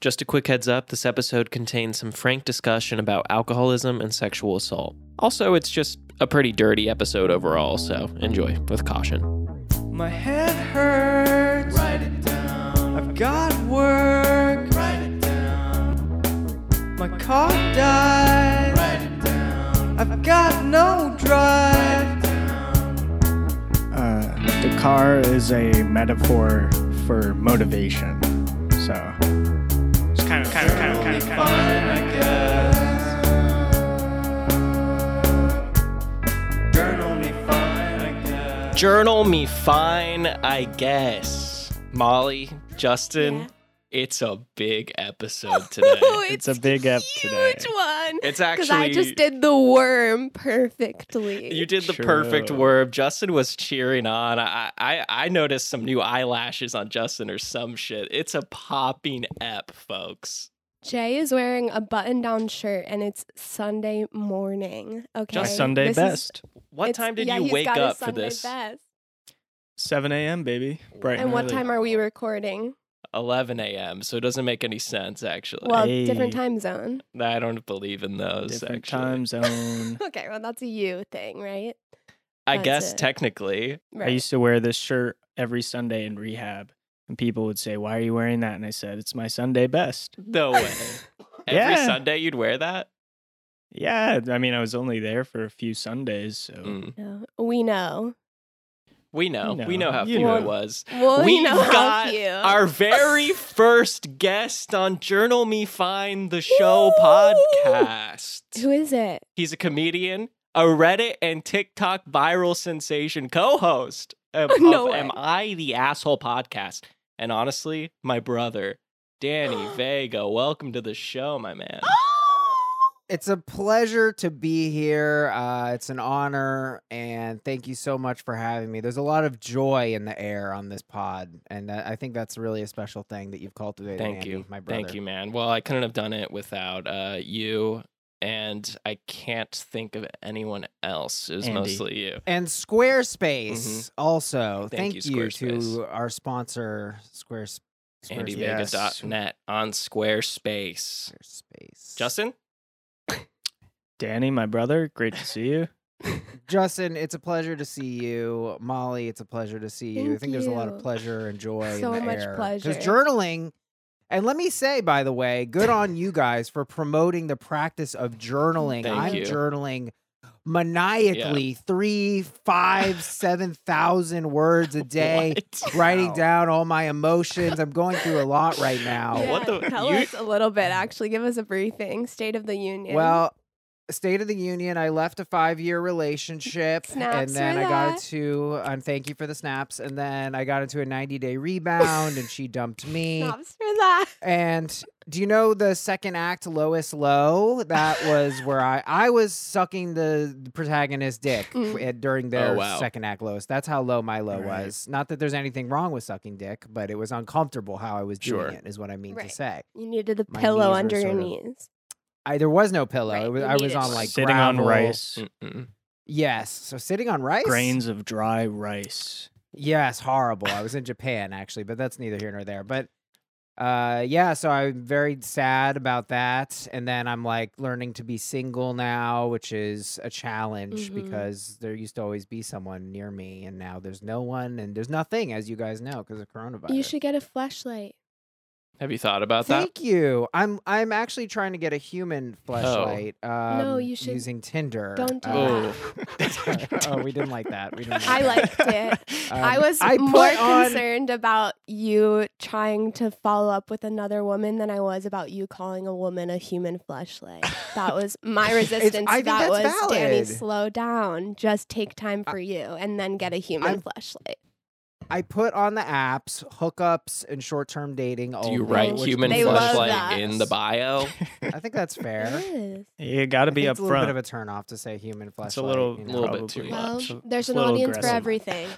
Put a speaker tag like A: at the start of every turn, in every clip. A: Just a quick heads up this episode contains some frank discussion about alcoholism and sexual assault. Also, it's just a pretty dirty episode overall, so enjoy with caution.
B: My head hurts. Write it down. I've got work. Write it down. My car died. Write it down. I've got no drive.
C: Uh, the car is a metaphor for motivation. So it's kind of, kind of, kind of, kind of, kind of.
B: I guess. Journal me fine, I guess.
A: Journal me fine, I guess. Molly, Justin,
D: Yeah.
A: it's a big episode today.
D: Oh,
C: It's a big ep today.
D: Huge one.
A: It's
D: Because I
A: actually-
D: just did the worm perfectly.
A: You did the
C: True.
A: perfect word. Justin was cheering on. I, I I noticed some new eyelashes on Justin or some shit. It's a popping ep, folks.
D: Jay is wearing a button-down shirt, and it's Sunday morning. Okay,
C: My
A: Just
C: Sunday
D: This is-
C: best.
A: What
D: it's-
A: time did
D: yeah,
A: you
D: he's
A: wake
D: got his
A: up for
D: Sunday
A: this?
D: best.
C: 7 a.m., baby. Bright
D: And what
C: early.
D: time are we recording?
A: 11 a.m. So it doesn't make any sense actually.
D: Well,
C: Hey.
D: different time zone.
A: I don't believe in those.
C: Different
A: actually.
C: time zone.
D: Okay, well that's a you thing, right?
A: I
D: That's
A: guess
D: it.
A: technically.
C: I
D: Right.
C: used to wear this shirt every Sunday in rehab, and people would say, "Why are you wearing that?" And I said, "It's my Sunday best."
D: Mm-hmm.
A: No way. Every
C: Yeah.
A: Sunday you'd wear that?
C: Yeah, I mean, I was only there for a few Sundays, so
A: Mm.
D: No, we know.
A: We know.
C: You
A: We
C: know.
A: know how
C: You
A: few
C: know.
A: it was.
D: Well, we
A: We've
D: know how
A: got
D: few.
A: our very first guest on Journal Me Find the Show
D: Woo!
A: podcast.
D: Who is it?
A: He's a comedian, a Reddit and TikTok viral sensation co-host of,
D: No
A: of
D: way.
A: Am I the Asshole podcast. And honestly, my brother, Danny Vega. Welcome to the show, my man.
E: It's a pleasure to be here. Uh, it's an honor, and thank you so much for having me. There's a lot of joy in the air on this pod, and I I think that's really a special thing that you've cultivated.
A: Thank
E: Andy,
A: you.
E: my brother.
A: Thank you, man. Well, I couldn't have done it without uh, you. And I can't think of anyone else. It was
C: Andy.
A: mostly you.
E: And Squarespace also.
A: Mm-hmm. Thank
E: Thank,
A: you,
E: you,
A: Squarespace.
E: to our sponsor, Squares- Squarespace.
C: Vega.
A: AndyVega.net on Squarespace.
E: Squarespace.
A: Justin?
C: Danny, my brother, great to see you.
E: Justin, it's a pleasure to see you. Molly, it's a pleasure to see you. I
D: Thank
E: think there's a lot of
D: you.
E: pleasure and joy.
D: So
E: in the
D: much pleasure.
E: Because journaling, and let me say, by the way, good on you guys for promoting the practice of journaling.
A: Thank
E: I'm
A: you.
E: journaling maniacally three, five, seven thousand words a day,
A: What?
E: writing down all my emotions. I'm going through a lot right now.
D: Yeah,
A: What the-
D: Tell
A: you-
D: us a little bit, actually. Give us a briefing. State of the Union.
E: Well, State of the Union, I left a five year relationship and
D: Snaps
E: then
D: for
E: I
D: that.
E: got into and thank you for the snaps. And then I got into a ninety day rebound and she dumped me.
D: Snaps for that.
E: And do you know the second act, Lois Low? That was where I I was sucking the the protagonist dick
D: Mm.
E: at- during their
A: wow.
E: second act, Lois. That's how low my low
C: Oh, Right.
E: was. Not that there's anything wrong with sucking dick, but it was uncomfortable how I was
A: Sure.
E: doing it, is what I mean
D: Right.
E: to say.
D: You needed the
E: My
D: pillow
E: knees are
D: under your
E: sort of-
D: knees.
E: I there was no pillow.
D: Right,
E: It was,
D: you
E: I was
D: needed
E: on
D: one.
E: like
C: Sitting on
E: gravel. Mm.
C: rice,
A: Mm-mm.
E: Yes. So sitting on rice?
C: grains of dry rice.
E: Yes, horrible. I was in Japan actually, but that's neither here nor there. But uh yeah, so I'm very sad about that. And then I'm like learning to be single now, which is a challenge
D: Mhm.
E: because there used to always be someone near me and now there's no one and there's nothing as you guys know because of coronavirus.
D: You should get a flashlight.
A: Have you thought about that? Oh.
E: Thank you. I'm I'm actually trying to get a human flashlight. Um,
D: No, you should-
E: using Tinder.
D: Don't do
E: Uh,
A: that.
E: oh, we didn't like that. We didn't like
D: I
E: that.
D: liked it. I
E: Um,
D: was
E: I put
D: more
E: on-
D: concerned about you trying to follow up with another woman than I was about you calling a woman a human fleshlight. That was my resistance.
E: I think
D: that
E: that's
D: was Danny,
E: valid.
D: slow down. Just take time
E: I-
D: for you and then get a human
E: I'm-
D: fleshlight.
E: I put on the apps, hookups, and short term dating.
A: Do you
E: only,
A: write
E: which
A: human
D: They love
A: fleshlight
D: that.
A: in the bio?
E: I think that's fair.
D: Yes.
C: You got to
E: Uh, I
C: be
E: think
C: up
E: it's a little bit of
C: front.
E: a turn off to say human fleshlight.
C: It's a little,
E: you know.
A: little bit
C: probably.
A: too much.
D: Well,
C: So
D: there's
C: it's
D: an
C: a little
D: audience for
C: aggressive.
D: everything.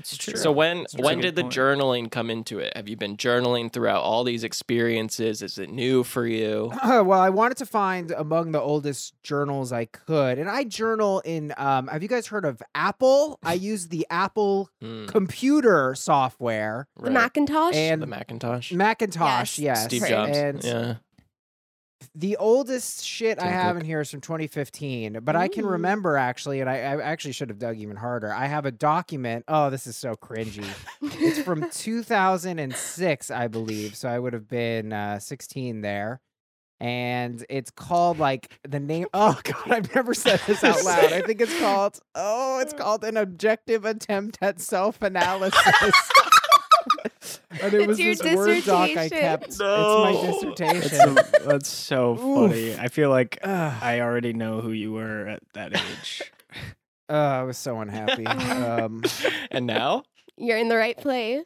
F: It's true.
A: So when
F: That's a
A: when
F: good
A: did the
F: point.
A: journaling come into it? Have you been journaling throughout all these experiences? Is it new for you?
E: well, I wanted to find among the oldest journals I could, and I journal in. Um, have you guys heard of Apple? I use the Apple
A: Hmm,
E: computer software
D: The
A: right.
D: Macintosh.
A: The
E: and
A: Macintosh.
E: Macintosh.
D: Yes.
E: Yes,
A: Steve
D: right.
A: Jobs.
E: And
A: yeah.
E: the oldest shit I
A: Tim
E: have
A: Cook.
E: in here is from 2015, but I can
D: Ooh.
E: remember actually, and I, I actually should have dug even harder. I have a document. Oh, this is so cringy. it's from 2006, I believe. So I would have been uh, 16 there. And it's called like the name. Oh God, I've never said this out loud. I think it's called. Oh, it's called an objective attempt at self-analysis. and it
D: It's
E: was
D: your
E: this word doc I
D: dissertation.
E: kept. It's
F: No.
E: my
C: That's,
E: dissertation.
C: so- that's so funny. I feel like
E: Ugh.
C: I already know who you were at that age.
E: Oh, I was so unhappy. um,
A: and now?
D: You're in the right place.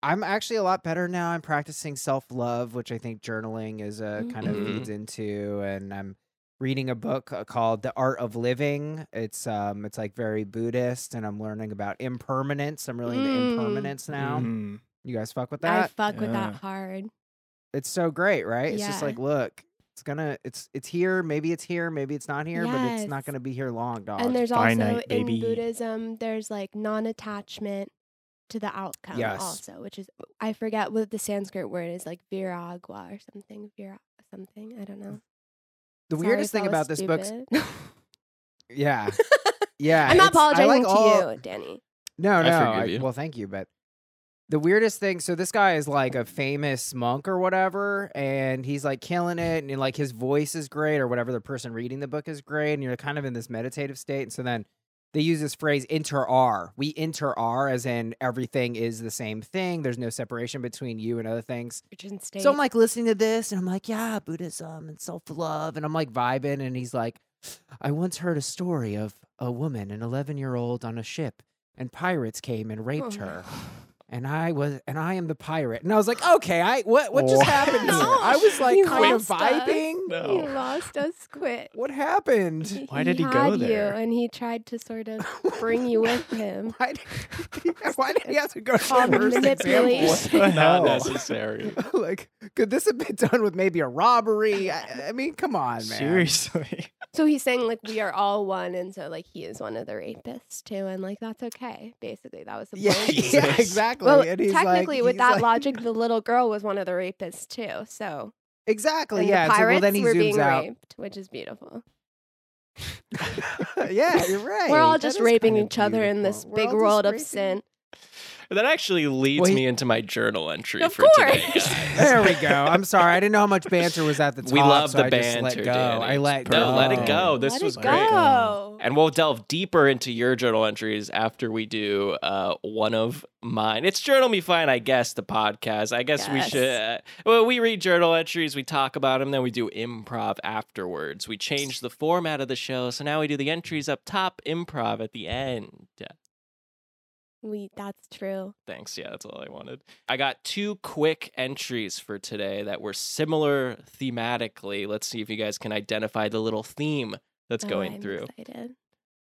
E: I'm actually a lot better now. I'm practicing self love, which I think journaling is a
D: Mm.
E: kind of
A: Mhm.
E: feeds into, and I'm reading a book uh, called The Art of Living. It's um, it's like very Buddhist, and I'm learning about impermanence. I'm really
D: Mm.
E: into impermanence now.
F: Mm-hmm.
C: Mhm.
E: You guys fuck with
D: I
E: that?
D: fuck with that
C: yeah.
D: hard.
E: It's so great, right? It's just
D: Yeah.
E: like, look, it's gonna, it's it's here. Maybe it's here. Maybe it's not here, but it's
D: Yes.
E: not gonna be here long, dog.
D: and there's also
C: finite, baby.
D: in Buddhism, there's like non-attachment to the outcome
E: Yes.
D: also, which is I forget what the Sanskrit word is, like viragua or something, vira something. I don't know.
E: the
D: Sorry
E: weirdest
D: if
E: thing
D: that was
E: about this book's,
D: stupid.
E: yeah, yeah.
D: I'm not
E: it's- I
D: apologizing
E: like
D: to
E: all-
D: you, Danny.
E: No, no.
A: forgive
E: I-
A: you.
E: Well, thank you, but the weirdest thing. So this guy is like a famous monk or whatever, and he's like killing it, and like his voice is great or whatever. The person reading the book is great, and you're kind of in this meditative state. And so then they use this phrase inter R. We inter R as in everything is the same thing. There's no separation between you and other things.
D: Richard State.
E: So I'm like listening to this and I'm like, yeah, Buddhism and self love. And I'm like vibing. And he's like, I once heard a story of a woman, an 11 year old on a ship, and pirates came and raped
D: Oh.
E: her. And I was, and I am the pirate. And I was like, okay, I, what, what just
C: Wow.
E: happened here? I was like
D: You
E: kind of
D: lost us.
E: vibing.
D: he lost us quick.
E: Oh. What happened?
C: Why did he go
D: had
C: there?
D: You, and he tried to sort of bring you with him.
E: Why did, why did he have to go to
D: Called
E: the worst example?
D: manipulation.
A: What the hell?
E: hell?
A: Not necessary.
E: like, could this have been done with maybe a robbery? I, I mean, come on, man.
C: Seriously.
D: So he's saying like we are all one, and so like he is one of the rapists too, and like that's okay. Basically, that was the
E: Yeah,
D: point.
E: yeah,
A: Jesus.
E: exactly.
D: Well,
E: and he's like-
D: technically, with
E: he's
D: that
E: like-
D: logic, the little girl was one of the rapists too. So
E: exactly.
D: and
E: Yeah.
D: the
E: and so,
D: pirates
E: well, then he
D: were
E: zooms
D: being
E: out.
D: raped, which is beautiful.
E: yeah, you're right.
D: we're all
E: That
D: just
E: is
D: raping
E: kind of
D: each other in this
E: beautiful. We're
D: big
E: all just
D: world of
E: raping-
D: sin.
A: That actually leads
E: Wait.
A: me into my journal entry
D: Of
A: for today.
D: course.
A: guys.
E: There we go. I'm sorry. I didn't know how much banter was at the top.
A: We love
E: so
A: the
E: I
A: banter.
E: Just let go.
A: Danny.
E: I let go.
A: No, let it go. This
D: Let
A: was
D: it
A: great. Um,
D: go.
A: And we'll delve deeper into your journal entries after we do uh, one of mine. It's Journal Me Fine, I guess, the podcast. I guess we
D: Yes.
A: should. Uh, well, we read journal entries, we talk about them, then we do improv afterwards. We change the format of the show, so now we do the entries up top, improv at the end.
D: We that's true.
A: Thanks. Yeah, that's all I wanted. I got two quick entries for today that were similar thematically. Let's see if you guys can identify the little theme that's
D: Oh,
A: going
D: I'm
A: through.
D: excited.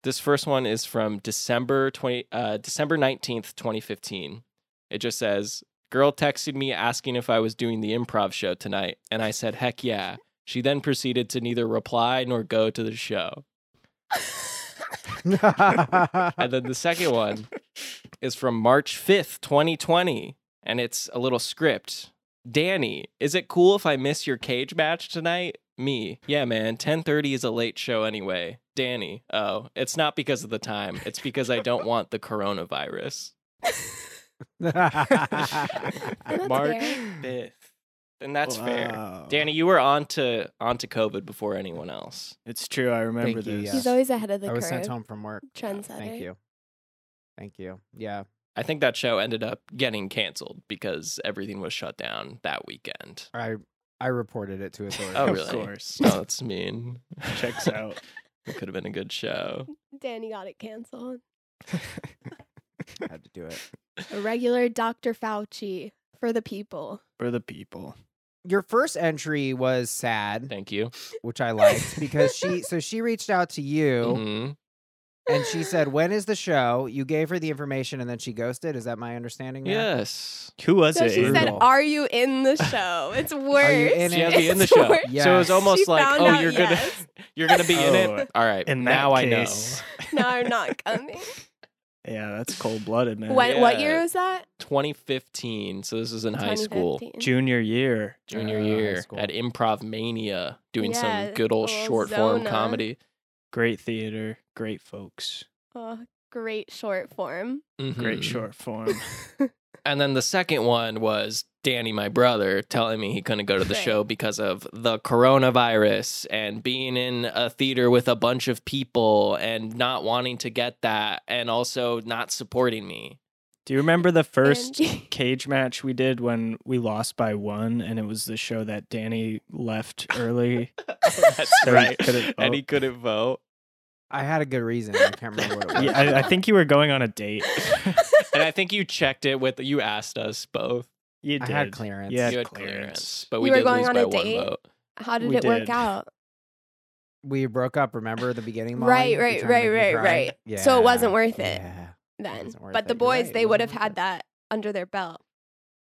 A: This first one is from December 20 uh, December 19th, 2015. It just says, "Girl texted me asking if I was doing the improv show tonight, and I said, "Heck yeah." She then proceeded to neither reply nor go to the show. And then the second one is from March 5th, 2020, and it's a little script. Danny, is it cool if I miss your cage match tonight? Me. Yeah, man. 10:30 is a late show anyway. Danny. Oh, it's not because of the time. It's because I don't want the coronavirus.
D: And that's
A: March
D: fair.
A: 5th. And that's fair.
C: Wow.
A: Danny, you were on to onto COVID before anyone else.
C: It's true. I remember
E: Thank you,
C: this.
D: He's
E: yeah.
D: always ahead of the
E: I was sent
D: curve.
E: home from work.
D: Trendsetter.
E: Thank you. Thank you. Yeah.
A: I think that show ended up getting canceled because everything was shut down that weekend.
E: I I reported it to authorities.
A: Oh,
C: of
A: really?
C: course.
A: Oh, that's mean.
C: Checks out.
A: It could have been a good show.
D: Danny got it canceled.
E: Had to do it.
D: A regular Dr. Fauci for the people.
C: For the people.
E: Your first entry was sad,
A: Thank you.
E: which I liked because she so she reached out to you
A: Mhm.
E: and she said, "When is the show?" You gave her the information, and then she ghosted. Is that my understanding? now?
A: Yes.
F: Who was
D: So
F: it?
D: she said,
E: Brutal.
D: "Are you in the show?" It's worse.
E: in
A: She
E: it?
A: has to be in the
D: It's
A: show.
D: worse.
A: So it was
E: Yes.
A: almost
D: She
A: like,
D: found
A: oh,
D: out
A: you're
D: yes.
A: gonna you're gonna be in
F: Oh,
A: it. All right.
F: In that
A: now
F: case,
D: No, I'm not coming.
F: yeah, that's cold blooded, man.
D: When, What
A: Yeah.
D: year was that?
A: I know. 2015. So this is in high school,
D: 2015.
F: Junior year.
A: junior
E: Oh, high
A: year
E: school.
A: at Improv Mania, doing
D: Yeah,
A: some good old
D: old
A: short form
D: Zona.
A: comedy.
F: Great theater, great folks,
D: Oh, great short form.
F: great
A: Mhm.
F: short form.
A: And then the second one was Danny, my brother, telling me he couldn't go to the
D: Right.
A: show because of the coronavirus and being in a theater with a bunch of people and not wanting to get that and also not supporting me.
F: Do you remember the first
D: And-
F: cage match we did when we lost by one, and it was the show that Danny left early?
A: That's
F: So he
A: right.
F: couldn't
A: And
F: vote.
A: he couldn't vote.
E: I had a good reason. I can't remember what it was.
F: yeah, I, I think you were going on a date.
A: And I think you checked it with, you asked us both.
F: You
E: I
F: did.
E: had clearance.
F: Yeah.
A: you had clearance.
F: clearance.
A: But we
D: You were
A: did
D: going
A: lose
D: on
A: by
D: a
A: one
D: date?
A: vote.
D: How did
F: We
D: it work
F: did.
D: out?
E: we broke up. Remember the beginning? line?
D: Right,
E: You
D: right,
E: trying to
D: right,
E: make me
D: right,
E: cry?
D: right. So it wasn't
E: Yeah,
D: worth it.
E: yeah.
D: Then,
E: wasn't worth
D: but
E: it.
D: the
E: You're
D: boys
E: right, it
D: they would
E: wasn't worth
D: have had
E: it.
D: that under their belt,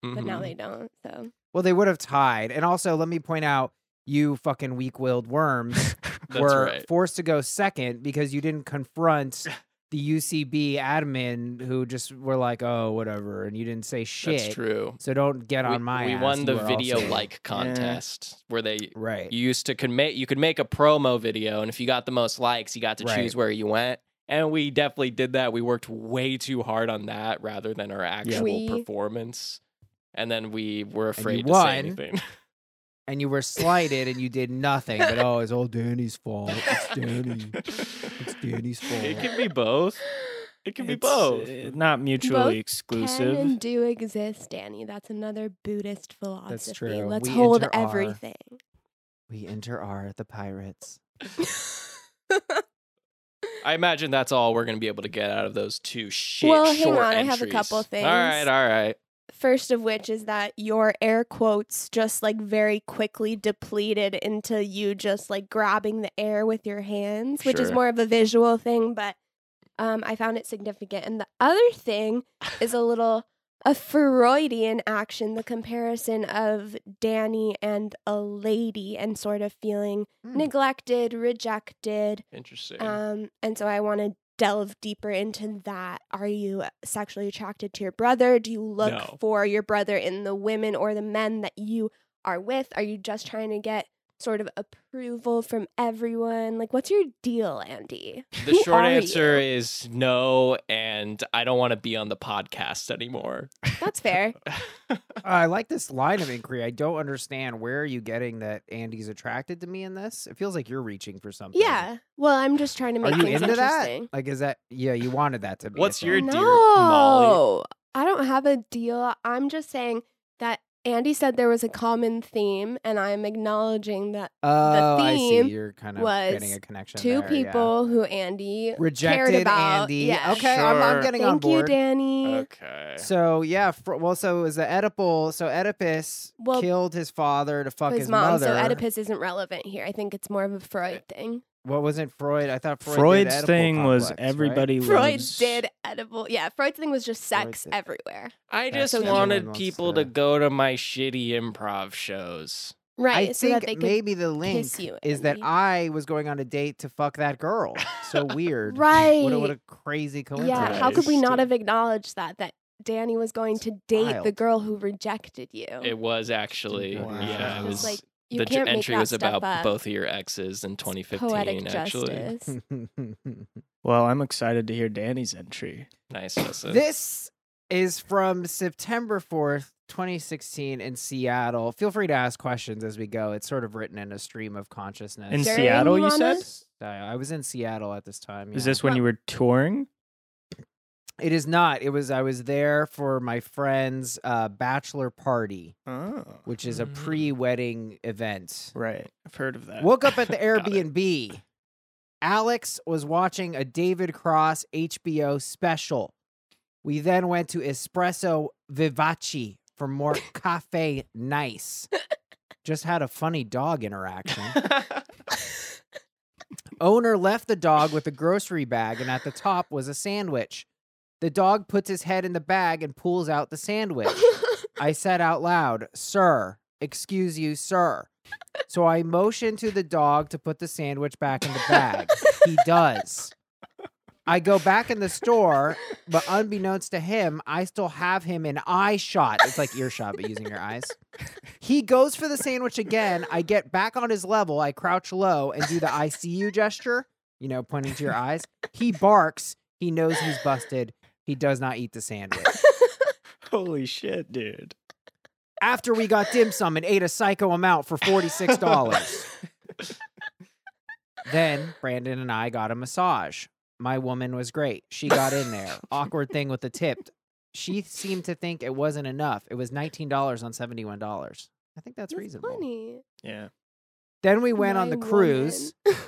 D: but now
A: Mhm.
D: they don't. So
E: Well, they would have tied. And also, let me point out, you fucking weak-willed worms
A: That's
E: were
A: right.
E: forced to go second because you didn't confront the UCB admin who just were like, "Oh, whatever," and you didn't say shit.
A: That's true.
E: So don't get
A: we,
E: on my.
A: we
E: ass.
A: won
E: You
A: the
E: were
A: video
E: also-
A: like contest where they
E: Right.
A: you used to can make you could make a promo video and if you got the most likes you got to choose
E: Right.
A: where you went and we definitely did that we worked way too hard on that rather than our actual
D: We-
A: performance and then we were afraid to
E: won.
A: say anything
E: and you were slighted and you did nothing. But oh, it's all Danny's fault. It's Danny. It's Danny's fault.
A: it can be both it can be
F: It's,
A: both
F: uh, Not mutually
D: Both
F: exclusive.
D: Can and do exist, Danny. That's another Buddhist philosophy.
E: true.
D: Let's
E: We
D: hold
E: enter our-
D: everything.
E: we enter are the pirates.
A: i imagine that's all we're gonna be able to get out of those two shit
D: Well, hang
A: short
D: on, I have a
A: entries.
D: couple things.
A: all right all right
D: First of which is that your air quotes just like very quickly depleted into you just like grabbing the air with your hands, which is
A: Sure.
D: more of a visual thing, but um, I found it significant. And the other thing is a little a Freudian action, the comparison of Danny and a lady, and sort of feeling
E: Hmm.
D: neglected, rejected.
A: interesting
D: Um, and so I want to delve deeper into that. Are you sexually attracted to your brother? Do you look
A: No.
D: for your brother in the women or the men that you are with? Are you just trying to get sort of approval from everyone? Like, what's your deal, Andy?
A: the
D: who
A: short
D: are
A: answer
D: you?
A: is no and i don't want to be on the podcast anymore
D: That's fair.
E: Uh, I like this line of inquiry. I don't understand where are you getting that Andy's attracted to me in this. It feels like you're reaching for something.
D: yeah. Well, I'm just trying to
E: Are
D: make
E: you
D: things
E: into that?
D: interesting.
E: Like, is that yeah? You wanted that to be. a
A: What's your
E: thing.
A: dear
D: no,
A: Molly.
D: I don't have a deal. I'm just saying that Andy said there was a common theme, and I'm acknowledging that
E: Oh, I
D: theme
E: see. You're kind of getting
D: was
E: a connection.
D: two
E: there, yeah.
D: people who Andy
E: rejected
D: about-
E: Andy.
D: yeah.
E: Okay, I'm, I'm
A: Sure. Uh,
E: getting on
D: Thank you,
E: board.
D: Danny.
A: okay
E: So yeah, fr- well, so it was the Oedipal. So Oedipus
D: Well,
E: killed his father to fuck his,
D: his mom.
E: mother.
D: So Oedipus isn't relevant here. I think it's more of a Freud thing.
E: What was it, Freud? I thought Freud
F: Freud's
E: did Oedipal
F: thing was
E: complex, right?
F: everybody
D: Freud
F: loves-
D: did edible. Yeah, Freud's thing was just
E: Freud
D: sex
E: did-
D: everywhere.
A: I
E: That's
A: just
D: what
E: everyone
A: wanted
E: wants
A: people
E: to-
A: to go to my shitty improv shows.
D: Right.
E: I
D: so
E: think
D: that they could,
E: maybe the link
D: kiss you,
E: is that
D: Andy.
E: I was going on a date to fuck that girl. So weird.
D: Right.
E: What a, what a crazy coincidence.
D: yeah. How could we not
A: Christ.
D: have acknowledged that? That Danny was going to date the
E: wild.
D: girl who rejected you.
A: It was actually,
E: Wow.
A: yeah, it
E: Just
A: was,
D: like, you
A: the j-
D: can't make
A: entry
D: that
A: was about
D: stuff up.
A: both of your exes in
D: It's
A: 2015.
D: Poetic
A: actually,
D: justice.
F: Well, I'm excited to hear Danny's entry.
A: nice lesson.
E: this is from September fourth. 2016 in Seattle. Feel free to ask questions as we go. It's sort of written in a stream of consciousness.
F: In
D: Jerry,
F: Seattle,
D: you
F: you
D: wanna-
F: said?
E: Uh, I was in Seattle at this time.
F: Is
E: yeah.
F: this when you were touring?
E: It is not. It was. I was there for my friend's uh, bachelor party,
F: Oh,
E: which is a
A: Mm.
E: pre-wedding event.
F: right. I've heard of that.
E: Woke up at the
A: Got it.
E: Airbnb. Alex was watching a David Cross HBO special. We then went to Espresso Vivace for more cafe nice. Just had a funny dog interaction. owner left the dog with a grocery bag, and at the top was a sandwich. The dog puts his head in the bag and pulls out the sandwich. I said out loud, Sir, excuse you, sir. So I motion to the dog to put the sandwich back in the bag. He does. I go back in the store, but unbeknownst to him, I still have him in eye shot. It's like earshot, but using your eyes. He goes for the sandwich again. I get back on his level. I crouch low and do the I see you gesture, you know, pointing to your eyes. He barks. He knows he's busted. He does not eat the sandwich.
F: Holy shit, dude.
E: After we got dim sum and ate a psycho amount for $46. then Brandon and I got a massage. My woman was great. She got in there. Awkward thing with the tip. She seemed to think it wasn't enough. It was $19 on $71. I think that's,
D: That's
E: reasonable.
D: funny.
F: Yeah.
E: Then we went on
D: My
E: the cruise.
D: woman.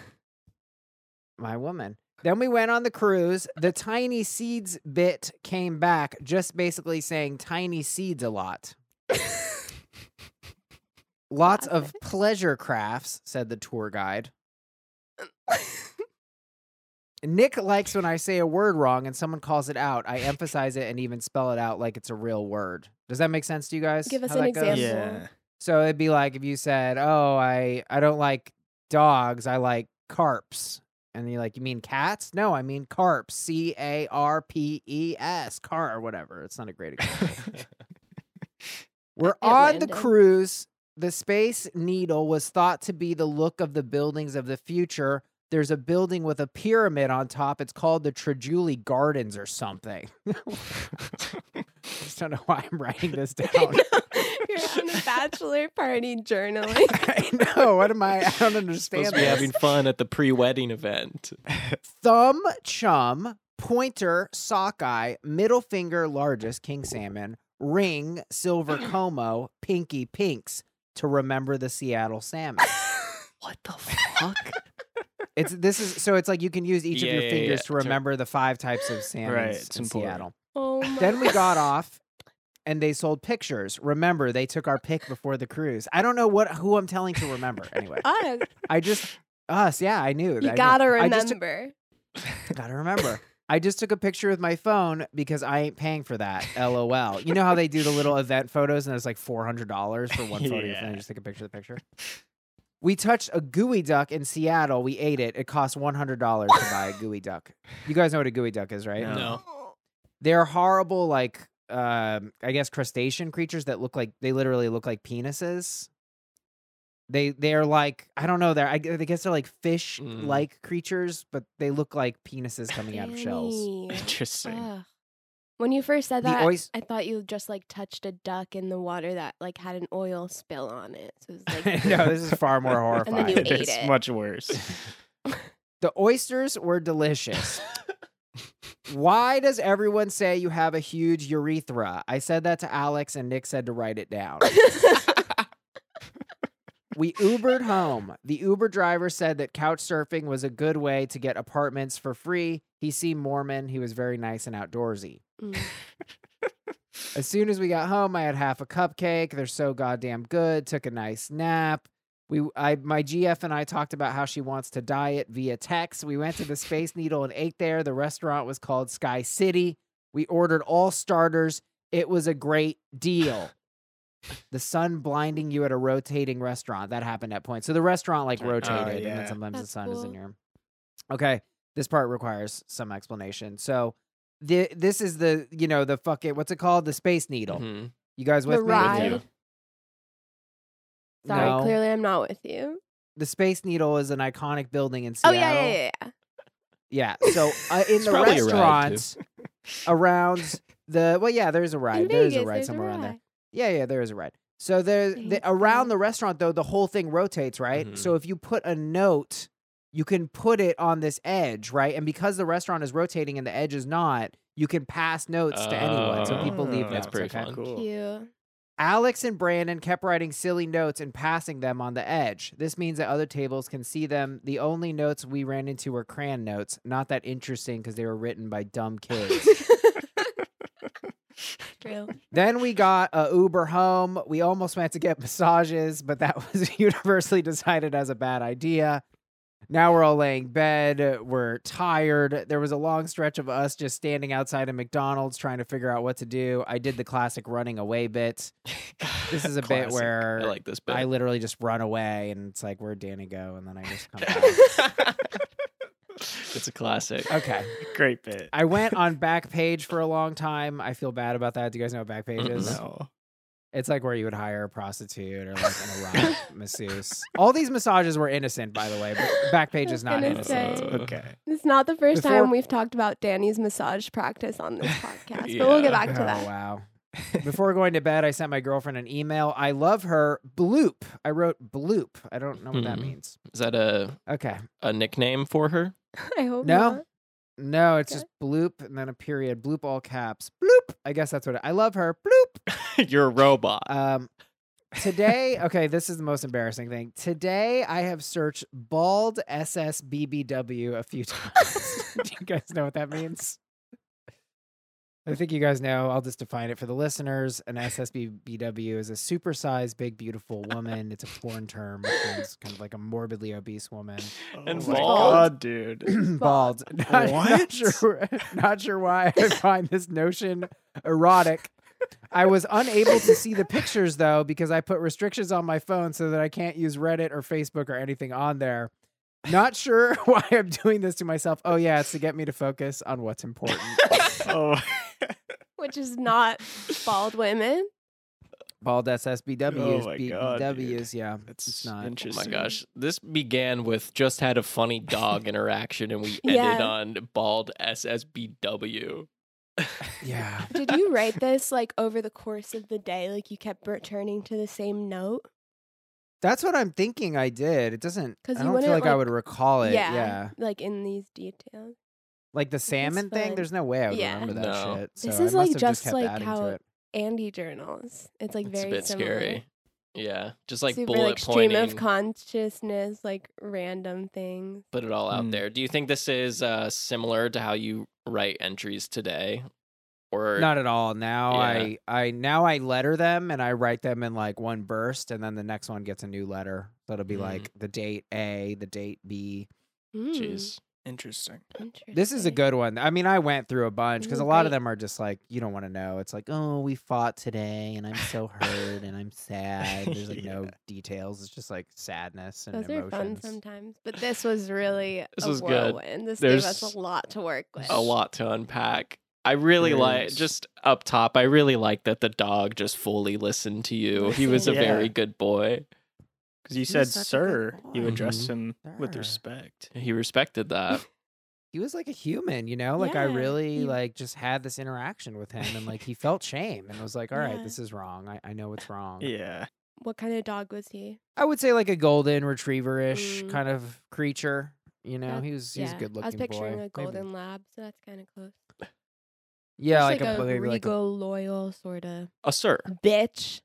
E: My woman. Then we went on the cruise. The tiny seeds bit came back, just basically saying tiny seeds a lot. Lots
D: Love
E: of pleasure crafts, said the tour guide. Nick likes when I say a word wrong and someone calls it out. I emphasize it and even spell it out like it's a real word. Does that make sense to you guys?
D: Give us
E: how
D: an
E: that goes?
D: example.
F: Yeah.
E: So it'd be like if you said, "Oh, I I don't like dogs. I like carps." And you're like, "You mean cats?" No, I mean carps. C A R P E S. Car or whatever. It's not a great example. We're
D: It
E: on the
D: landed.
E: cruise. The Space Needle was thought to be the look of the buildings of the future. There's a building with a pyramid on top. It's called the Trajuli Gardens or something. I just don't know why I'm writing this
D: I
E: down.
D: know. You're on a bachelor party journaling.
E: I know. What am I? I don't understand.
A: Supposed to be
E: this.
A: having fun at the pre-wedding event.
E: Thumb, chum, pointer, sockeye, middle finger, largest, king salmon, ring, silver como, pinky pinks to remember the Seattle salmon.
A: What the fuck?
E: It's this is so it's like you can use each of
A: Yeah,
E: your
A: yeah,
E: fingers
A: yeah.
E: to
A: To-
E: remember the five types of salmon
F: it's
E: in
F: important.
E: Seattle.
D: Oh my
E: Then we got off and they sold pictures. Remember, they took our pick before the cruise. I don't know what who I'm telling to remember anyway.
D: Us.
E: I just us, yeah, I knew. I
D: You
E: knew.
D: gotta
E: I just took-
D: remember.
E: Gotta remember. I just took a picture with my phone because I ain't paying for that. LOL. You know how they do the little event photos and it's like four hundred dollars for one photo. Your phone,
F: Yeah.
E: just take a picture of the picture. We touched a gooey duck in Seattle. We ate it. It cost one hundred dollars to buy a gooey duck. You guys know what a gooey duck is, right?
F: No.
A: No.
E: They're horrible, like um, I guess crustacean creatures that look like they literally look like penises. They they're like I don't know. They're I gu- I guess they're like fish like creatures, but they look like penises coming out of shells.
D: Danny.
F: Interesting.
D: Ugh. When you first said
E: The
D: that,
E: ois-
D: I thought you just like touched a duck in the water that like had an oil spill on it. So it was like
E: no, this is far more
D: And then you
E: horrifying.
F: It
D: ate
F: is
D: it.
F: much worse.
E: The oysters were delicious. Why does everyone say you have a huge urethra? I said that to Alex, and Nick said to write it down. We Ubered home. The Uber driver said that couch surfing was a good way to get apartments for free. He seemed Mormon. He was very nice and outdoorsy.
D: Mm.
E: As soon as we got home, I had half a cupcake. They're so goddamn good. Took a nice nap. We, I, my GF and I talked about how she wants to diet via text. We went to the Space Needle and ate there. The restaurant was called Sky City. We ordered all starters. It was a great deal. the sun blinding you at a rotating restaurant that happened at point. So the restaurant like
A: Oh,
E: rotated, and then
F: yeah.
E: sometimes the
D: That's
E: sun is in
D: cool.
E: your. Okay, this part requires some explanation. So. The, this is the you know the fucking what's it called the space needle
A: Mhm.
E: you guys with
D: the
E: me?
D: ride. Sorry,
E: No.
D: clearly I'm not with you.
E: The Space Needle is an iconic building in
D: Oh
E: Seattle.
D: yeah, yeah, yeah.
E: yeah. So uh, in
A: It's
E: the
A: probably a ride, too.
E: restaurants around the well, yeah, there's a
D: yeah.
E: ride.
D: In
E: There's a
D: Vegas,
E: ride
D: there's
E: somewhere around there.
D: ride.
E: Yeah, yeah, there is a ride. So there, the,
D: Thank
E: around
D: you.
E: the restaurant though, the whole thing rotates, right?
A: Mhm.
E: So if you put a note, you can put it on this edge, right? And because the restaurant is rotating and the edge is not, you can pass notes to anyone, so people leave
F: Oh,
E: notes.
A: that's pretty
E: okay?
A: fun.
F: Cool.
D: Cute.
E: Alex and Brandon kept writing silly notes and passing them on the edge. This means that other tables can see them. The only notes we ran into were crayon notes, not that interesting because they were written by dumb kids.
D: True.
E: then we got a Uber home. We almost went to get massages, but that was universally decided as a bad idea. Now we're all laying bed. We're tired. There was a long stretch of us just standing outside a McDonald's trying to figure out what to do. I did the classic running away bit. This is a bit
A: Classic.
E: where
A: I like this bit.
E: I literally just run away and it's like, where'd Danny go? And then I just come back.
A: it's a classic.
E: okay.
F: Great bit.
E: I went on Backpage for a long time. I feel bad about that. Do you guys know what Backpage is?
F: no.
E: It's like where you would hire a prostitute or like an erotic masseuse. All these massages were innocent, by the way, but Backpage is
D: I was
E: not
D: gonna
E: innocent.
D: say.
F: Okay.
D: It's not the first
E: Before-
D: time we've talked about Danny's massage practice on this podcast, but we'll
A: Yeah.
D: get back to
E: oh,
D: that.
E: wow. Before going to bed, I sent my girlfriend an email. I love her. Bloop. I wrote bloop. I don't know what that
D: Mm-hmm.
A: Mhm.
E: means.
A: Is that a
E: Okay.
A: a nickname for her?
D: I hope
E: No?
D: not.
E: No, it's
D: Okay.
E: just bloop and then a period. Bloop all caps. Bloop. I guess that's what it, I love her. Bloop.
A: You're a robot.
E: Um, today, okay, this is the most embarrassing thing. Today, I have searched bald SSBBW a few times. Do you guys know what that means? I think you guys know. I'll just define it for the listeners. An SSBBW is a supersized, big, beautiful woman. It's a porn term. It's kind of like a morbidly obese woman.
A: And
F: oh my
A: bald.
F: god, dude.
E: bald. Not,
F: What?
E: not sure. Not sure why I find this notion erotic. I was unable to see the pictures though because I put restrictions on my phone so that I can't use Reddit or Facebook or anything on there. Not sure why I'm doing this to myself. Oh yeah, it's to get me to focus on what's important.
F: Oh,
D: Which is not bald women.
E: Bald SSBWs,
F: Oh my God,
E: BBWs, yeah.
F: that's
E: It's not- oh my
A: Oh
F: interesting.
A: my gosh. This began with just had a funny dog interaction and we ended
D: Yeah.
A: on bald SSBW.
E: Yeah.
D: Did you write this like over the course of the day? Like you kept returning to the same note?
E: That's what I'm thinking I did. It doesn't
D: 'Cause
E: I don't
D: you
E: feel
D: wouldn't,
E: like, I
D: like-
E: would recall it. Yeah.
D: Like in these details.
E: Like the salmon thing,
D: fun.
E: there's no way I would
D: Yeah.
E: remember that
A: No.
E: shit. So
D: This
E: I must
D: is, like,
E: have
D: just,
E: kept
D: like,
E: adding to
D: how
E: it.
D: Andy journals. It's like
A: It's a
D: very
A: bit
D: similar.
A: scary. Yeah. Just like
D: Super
A: bullet
D: like stream
A: pointing.
D: of consciousness, like random things.
A: put it all out
F: Mm.
A: there. Do you think this is uh, similar to how you write entries today? Or
E: Not at all. Now
A: Yeah.
E: I I now I letter them and I write them in like one burst and then the next one gets a new letter. So it'll be
A: Mhm.
E: like the date A, the date B.
D: Hmm,
A: jeez.
F: Interesting.
E: This is a
D: interesting.
E: good one. I mean, I went through a bunch because
D: Ooh,
E: a lot of
D: great.
E: them are just like you don't want to know. It's like, oh, we fought today and I'm so hurt and I'm sad. There's like no
F: Yeah.
E: details. It's just like sadness and
D: Those are fun
E: emotions.
D: sometimes, but this was really
A: This
D: a
A: was good.
D: whirlwind. This
A: There's Oh.
D: gave us a lot to work with.
A: a lot to unpack. I really
F: There
A: like
F: is.
A: just up top. I really like that the dog just fully listened to you. He was a
F: Yeah.
A: very good boy.
F: Because you
E: He's
F: said,
E: such a good
F: "Sir," you
E: boy. Mm-hmm.
F: addressed him with
E: Sir.
F: respect.
A: He respected that.
E: he was like a human, you know? Like I
D: Yeah,
E: really
D: he-
E: like just had this interaction with him and like he felt shame and was like, all right,
D: Yeah.
E: this is wrong. I, I know what's wrong.
F: Yeah.
D: What kind of dog was he?
E: I would say like a golden retriever ish
D: Mm.
E: kind of creature. You know,
D: That-
E: he was he was a good looking.
D: I was picturing
E: boy.
D: a golden lab, so that's kind of close.
E: Maybe. Yeah,
D: Just
E: like, a, maybe
D: regal,
E: like a,
D: loyal sort of
A: A sir
D: bitch.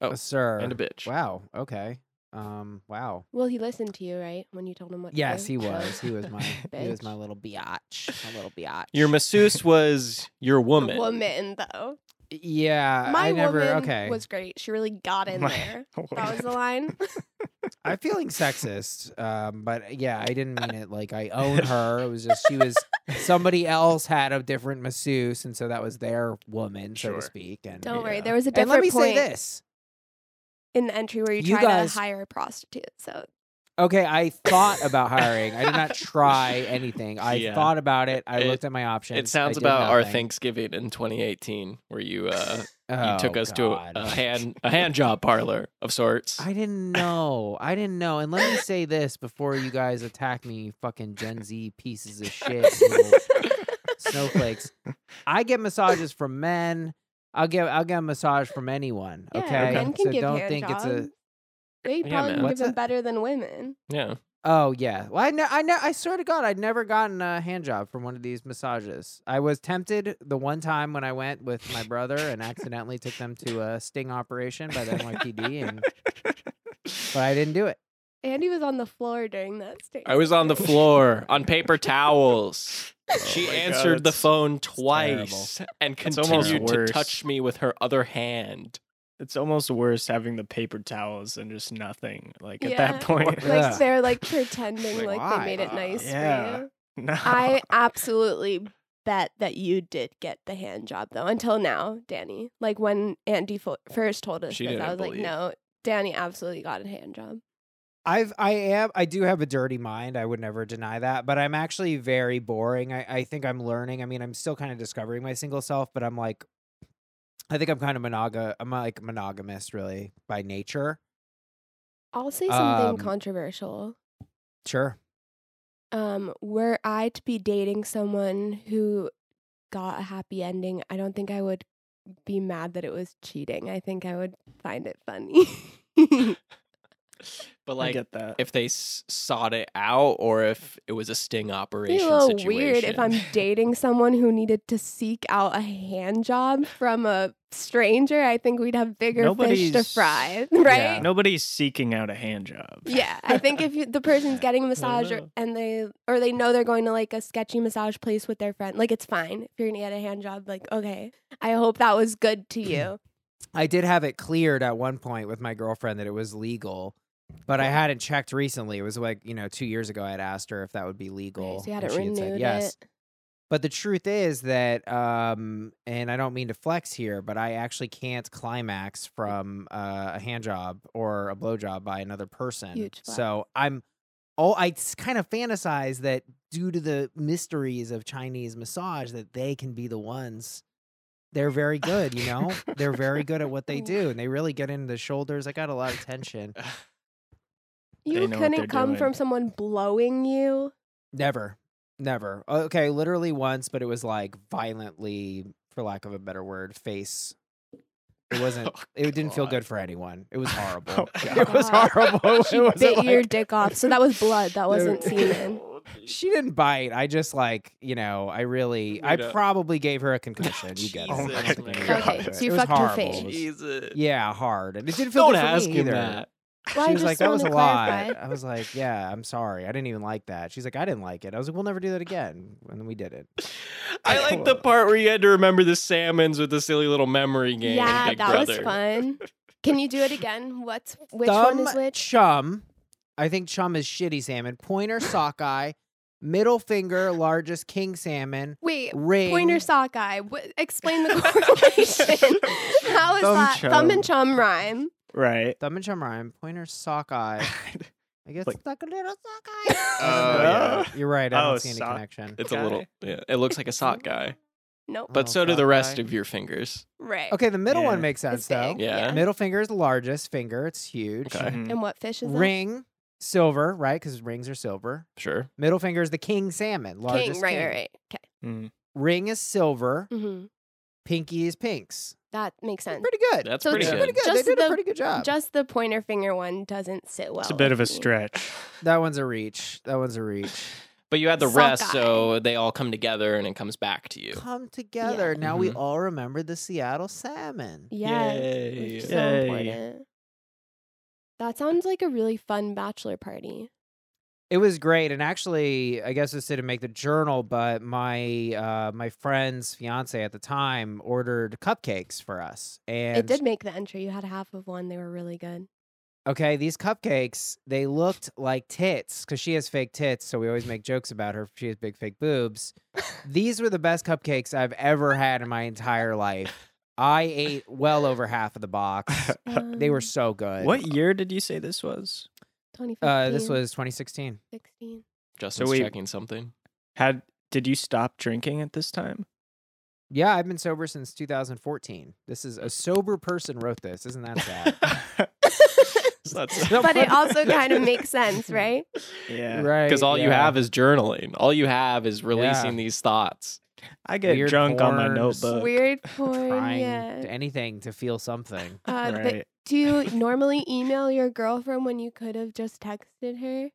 A: oh,
E: a sir
A: and a bitch.
E: Wow. Okay. Um. Wow.
D: Well, he listened to you, right? When you told him what? to
E: Yes,
D: do?
E: he was. He was my he was
D: Bitch.
E: my little biatch. My little biatch.
A: Your masseuse was your woman.
D: Woman though,
E: Yeah.
D: my
E: I never.
D: woman
E: okay.
D: was great. She really got in
F: My-
D: there. That was the line.
E: I'm feeling sexist. Um. But yeah, I didn't mean it like I own her. It was just she was somebody else had a different masseuse, and so that was their woman, so
F: Sure.
E: to speak. And
D: Don't
A: Yeah.
D: worry, there was a
E: and let
D: different
E: me say
D: point
E: this.
D: in the entry where you,
E: You
D: try
E: guys-
D: to hire a prostitute. So
E: Okay, I thought about hiring. I did not try anything. I
A: Yeah.
E: thought about it. I
A: It-
E: looked at my options.
A: It sounds
E: I did
A: about our
E: nothing.
A: Thanksgiving in 2018 where you uh
E: Oh,
A: you took us
E: God.
A: to a, a hand a hand job parlor of sorts.
E: I didn't know. I didn't know. And let me say this before you guys attack me, you fucking Gen Z pieces of shit, little snowflakes. I get massages from men. I'll get I'll get a massage from anyone.
D: yeah,
E: okay,
D: men can
E: so
D: give
E: don't
D: hand
E: think
D: jobs.
E: it's a.
D: They
A: Yeah,
D: probably
A: man.
D: can give
E: What's
D: them
E: that?
D: better than women.
A: yeah.
E: Oh yeah. Well, I ne- I ne- I swear to God, I'd never gotten a hand job from one of these massages. I was tempted the one time when I went with my brother and accidentally took them to a sting operation by the NYPD, and but I didn't do it.
D: Andy was on the floor during that stage.
A: I was on the floor on paper towels.
E: Oh
A: She
F: Oh my God,
A: answered the
F: that's-
A: phone
E: terrible.
A: twice and
F: That's almost
A: continued to
F: worse.
A: touch me with her other hand.
F: it's almost worse having the paper towels and just nothing. Like at
D: Yeah.
F: that point,
D: Like
E: Yeah.
D: they're like pretending
E: Like,
D: like,
E: why?
D: they made it nice
F: Yeah.
D: for you.
F: no.
D: I absolutely bet that you did get the hand job though. Until now, Danny. Like when Andy fo- first told us
A: She
D: this,
A: didn't
D: I was like,
A: believe.
D: no, Danny absolutely got a hand job.
E: I've I am I do have a dirty mind. I would never deny that, but I'm actually very boring. I, I think I'm learning. I mean, I'm still kind of discovering my single self, but I'm like I think I'm kind of monoga I'm like monogamous really by nature.
D: I'll say something
E: Um,
D: controversial.
E: Sure.
D: Um, were I to be dating someone who got a happy ending, I don't think I would be mad that it was cheating. I think I would find it funny.
A: But
F: I
A: like,
F: get that.
A: if they s- sought it out or if it was a sting
D: It'd be
A: operation
D: a little
A: situation.
D: weird if I'm dating someone who needed to seek out a hand job from a stranger. I think we'd have bigger fish to
F: Nobody's-
D: fry,
F: yeah,
D: right?
F: Nobody's seeking out a hand job.
D: Yeah, I think if you, the person's getting a massage or,
F: know.
D: and they or they know they're going to like a sketchy massage place with their friend, like it's fine. If you're gonna get a hand job, like okay, I hope that was good to you.
E: I did have it cleared at one point with my girlfriend that it was legal, but I hadn't checked recently. It was like, you know, two years ago I had asked her if that would be legal.
D: so you had it
E: and she had
D: renewed.
E: said yes.
D: It.
E: But the truth is that, um, and I don't mean to flex here, but I actually can't climax
D: Mm.
E: from uh, a hand job or a blowjob by another person.
D: Huge flex.
E: So I'm, oh, I kind of fantasize that due to the mysteries of Chinese massage, that they can be the ones. They're very good, you know. They're very good at what they do, and they really get into the shoulders. I got a lot of tension.
D: You
F: know what they're
D: couldn't come
F: doing.
D: from someone blowing you.
E: Never, never. Okay, literally once, but it was like violently, for lack of a better word, face. It wasn't.
A: Oh,
E: it didn't feel
A: God.
E: good for anyone. It was horrible.
F: Oh,
E: it was
D: God.
E: horrible.
D: She
E: it was
D: bit
E: like,
D: your dick off, so that was blood. That wasn't semen.
E: She didn't bite. I just like you know. I really. I
A: Made up.
E: probably gave her a concussion. You get it.
A: Jesus,
E: I don't think
A: man.
E: anyone
A: Okay,
E: else did.
D: so you
E: It was
D: fucked her
E: horrible.
D: face.
E: It was-
A: Jesus.
E: Yeah, hard, and it didn't feel
A: Don't
E: good for
A: ask
E: me
A: him
E: either.
A: that.
D: Well,
E: she
D: I
E: was
D: just
E: like, "That was a
D: wanna
E: lot."
D: clarify.
E: I was like, "Yeah, I'm sorry. I didn't even like that." She's like, "I didn't like it." I was like, "We'll never do that again," and we did it.
A: I like the part where you had to remember the salmons with the silly little memory game.
D: Yeah,
A: Big
D: that was
A: Brother.
D: fun. Can you do it again? What's which
E: Thumb,
D: one is which?
E: Chum. I think chum is shitty salmon. Pointer, sockeye. Middle finger, largest king salmon.
D: Wait,
E: Ring.
D: pointer sockeye. What, explain the correlation. How is
F: Thumb
D: that thumb and
F: chum.
D: chum rhyme?
F: Right.
E: Thumb and chum rhyme. Pointer, sockeye. I guess
F: Like-
E: it's like a little sockeye.
A: Oh,
E: I don't know.
F: yeah.
E: You're right. I
F: Oh,
E: don't see any
F: sock-
E: connection.
A: It's a little. Yeah, it looks like a sock guy,
D: Oh, Nope.
A: but
E: Little
A: so do the rest
E: sockeye.
A: of your fingers.
D: Right.
E: Okay, the middle one
F: Yeah.
E: makes sense
D: It's
E: though.
D: big,
A: Yeah.
E: Middle finger is the largest finger. It's huge.
A: Okay.
F: Mhm.
D: And what fish is that?
E: Ring, silver, right? Because rings are silver.
A: Sure.
E: Middle finger is the king salmon. Largest
D: King. Right,
E: king.
D: right, right. Okay.
F: Mhm.
E: Ring is silver.
F: Mm-hmm.
D: hmm
E: Pinky is pinks.
D: That makes sense.
E: Pretty good.
A: That's
D: So
A: pretty
D: it's
A: good.
E: pretty good.
D: Just
E: they did a
D: the-
E: pretty good job.
D: Just the pointer finger one doesn't sit well.
F: It's a bit of
D: with
F: a
D: me.
F: stretch.
E: That one's a reach. That one's a reach.
A: But you had the
D: Sock
A: rest,
D: guy.
A: so they all come together and it comes back to you.
E: Come together. Now we
A: Mhm.
E: all remember the Seattle salmon.
D: Yes.
A: Yay.
D: Which is so
F: Yay.
D: important. That sounds like a really fun bachelor party.
E: It was great, and actually, I guess this didn't make the journal, but my uh, my friend's fiance at the time ordered cupcakes for us, and
D: it did make the entry. You had half of one. They were really good.
E: Okay, these cupcakes, they looked like tits because she has fake tits. So we always make jokes about her. She has big fake boobs. these were the best cupcakes I've ever had in my entire life. I ate well over half of the box. They
D: Um,
E: were so good.
F: what year did you say this was?
D: Twenty fifteen.
E: Uh, this was 2016.
D: 16.
A: Justin's
F: we-
A: checking something.
F: Had did you stop drinking at this time?
E: Yeah, I've been sober since 2014. This is a sober person wrote this. Isn't that sad?
D: but it also kind of makes sense, right?
F: yeah.
E: right.
A: Because all you
E: yeah.
A: have is journaling. All you have is releasing
E: Yeah.
A: these thoughts.
F: I get
E: Weird
F: drunk on my
E: forms.
F: notebook.
D: Weird porn.
E: trying
D: yeah.
E: anything to feel something.
D: Uh, but
F: Right.
D: Do you normally email your girlfriend when you could have just texted her?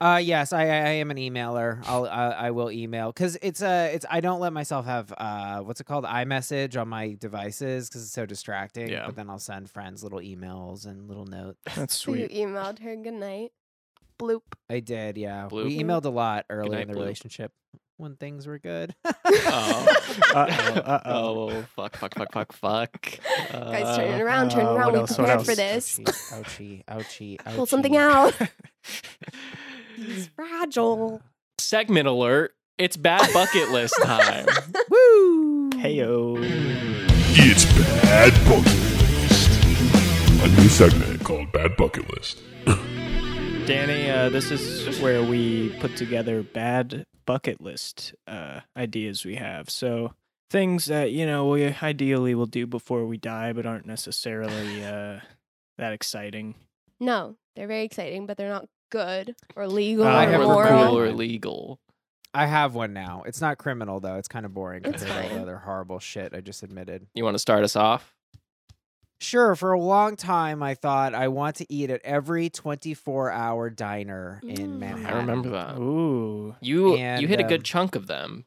E: Uh yes, I I I am an emailer. I'll I, I will email because it's uh it's I don't let myself have uh what's it called iMessage on my devices because it's so distracting.
A: Yeah.
E: But then I'll send friends little emails and little notes.
F: That's
D: So you
F: sweet.
D: emailed her good night. Bloop.
E: I did, yeah.
A: Bloop.
E: We emailed a lot early
A: Goodnight,
E: in the
A: bloop.
E: relationship. when things were good.
A: Oh.
F: Uh-oh, uh-oh.
A: Oh, fuck, fuck, fuck, fuck, fuck.
D: Guys, turn it
A: Uh,
D: around, turn it
F: uh,
D: around.
F: what
D: We
F: else, what
D: prepared for
F: else?
D: this.
E: Ouchie, ouchie, ouchie, ouchie.
D: Pull something out. He's fragile.
A: Segment alert. It's bad bucket list time.
D: Woo!
F: Heyo.
G: It's Bad Bucket List. A new segment called Bad Bucket List.
F: Danny, uh, this is where we put together bad bucket list uh, ideas we have. So things that you know we ideally will do before we die, but aren't necessarily uh, that exciting.
D: No, they're very exciting, but they're not good or legal
E: I
D: or
E: have a
D: moral.
A: cool or legal.
E: I have one now. It's not criminal though. It's kind of boring
D: It's
E: compared to all
D: fine.
E: the other horrible shit I just admitted.
A: You want to start us off?
E: Sure, for a long time I thought I want to eat at every 24-hour diner in
D: Mm.
E: Manhattan.
A: I remember that.
F: Ooh,
A: You you
E: And,
A: hit a
E: um,
A: good chunk of them.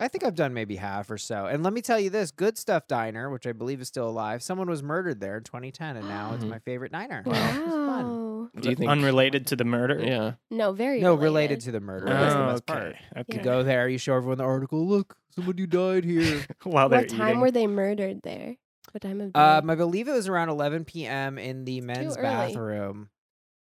E: I think I've done maybe half or so. And let me tell you this, Good Stuff Diner, which I believe is still alive, someone was murdered there in 2010 and now it's
A: Mhm.
E: my favorite diner. It was fun.
D: Wow.
A: Do you think
F: unrelated to the murder?
A: Yeah.
D: No, very
E: No, related to the murder. That's the
F: Oh,
E: best part.
F: okay.
E: You
F: Okay.
E: go there, you show everyone the article. Look, somebody died here.
F: While they're
D: What time
F: eating.
D: were they murdered there? What time of day?
E: um, I believe it was around 11 p.m. in the men's
D: Mm-hmm. early.
E: bathroom.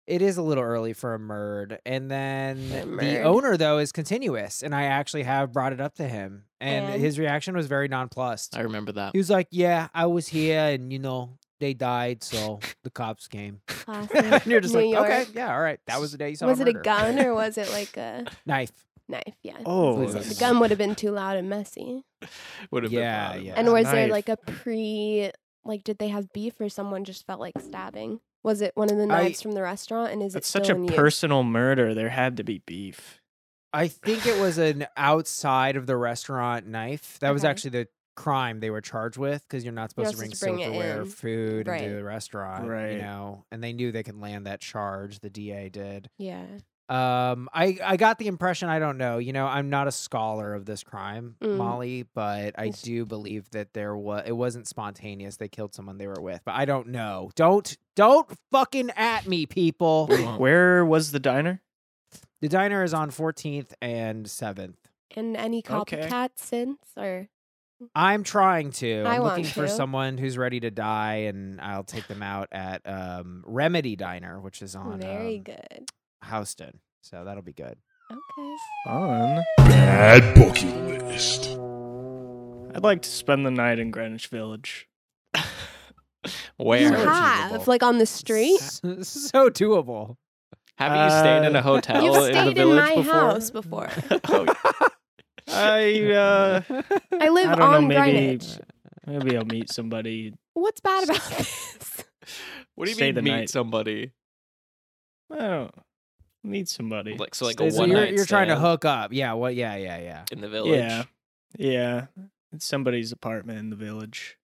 E: It is a little early for a murd. And then
D: For a
E: the
D: murd.
E: owner, though, is continuous. And I actually have brought it up to him. And,
D: And?
E: his reaction was very nonplussed.
A: I remember that.
E: He was like, Yeah, I was here. And, you know, they died. So the cops came. and
D: Classic
E: you're just
D: New
E: like,
D: York.
E: Okay, yeah, all right. That was the day you saw
D: Was it a
E: murder."
D: gun or was it like a
E: Knife.
D: knife? Yeah.
F: Oh,
E: Please
D: The
E: don't.
D: gun would have been too loud and messy.
A: Would have been
E: Yeah,
A: bad.
E: yeah.
D: And was there
F: knife.
D: like a pre, like, did they have beef or someone just felt like stabbing? Was it one of the
E: I-
D: knives from the restaurant? And is
F: That's
D: it
F: such a
D: still in use?
F: personal murder. There had to be beef.
E: I think it was an outside of the restaurant knife. That was
D: Okay.
E: actually the crime they were charged with because you're not supposed
D: You're
E: to bring
D: not supposed to bring it
E: silverware or
D: in.
E: food
D: Right.
E: into the restaurant,
F: Right.
E: You know, and they knew they could land that charge. The DA did.
D: Yeah.
E: Um, I I got the impression I don't know. You know, I'm not a scholar of this crime,
D: Mm.
E: Molly, but I
D: Yes.
E: do believe that there was it wasn't spontaneous. They killed someone they were with, but I don't know. Don't don't fucking at me, people.
A: Well,
F: Where was the diner?
E: the diner is on 14th and 7th.
D: And any
F: Okay.
D: copycats since? Or
E: I'm trying to.
D: I
E: I'm looking
D: want
E: for
D: to.
E: someone who's ready to die, and I'll take them out at um, Remedy Diner, which is on
D: very
E: um,
D: good.
E: Houston. So that'll be good.
D: Okay.
F: On.
G: Bad Bucket List.
F: I'd like to spend the night in Greenwich Village.
D: You
A: Where
E: Very achievable.
D: have, like, on the street?
E: so doable.
A: have you stayed in
F: Uh,
A: a hotel
D: You've
A: in the
D: stayed in,
A: village
D: my
A: before?
D: house before.
A: oh,
F: I uh,
D: I live
F: I don't know.
D: on
F: Maybe
D: Greenwich.
F: maybe I'll meet somebody.
D: What's bad about this?
A: what do you
F: Stay
A: mean
F: the
A: meet
F: night.
A: somebody?
F: I don't meet somebody.
A: Like so, like
F: Stay
A: a
F: the
E: so
A: one
E: you're,
A: night
E: you're trying to
A: stand
E: hook up. Yeah. What? Yeah. Yeah. Yeah.
A: in the village.
F: Yeah, yeah. It's somebody's apartment in the village.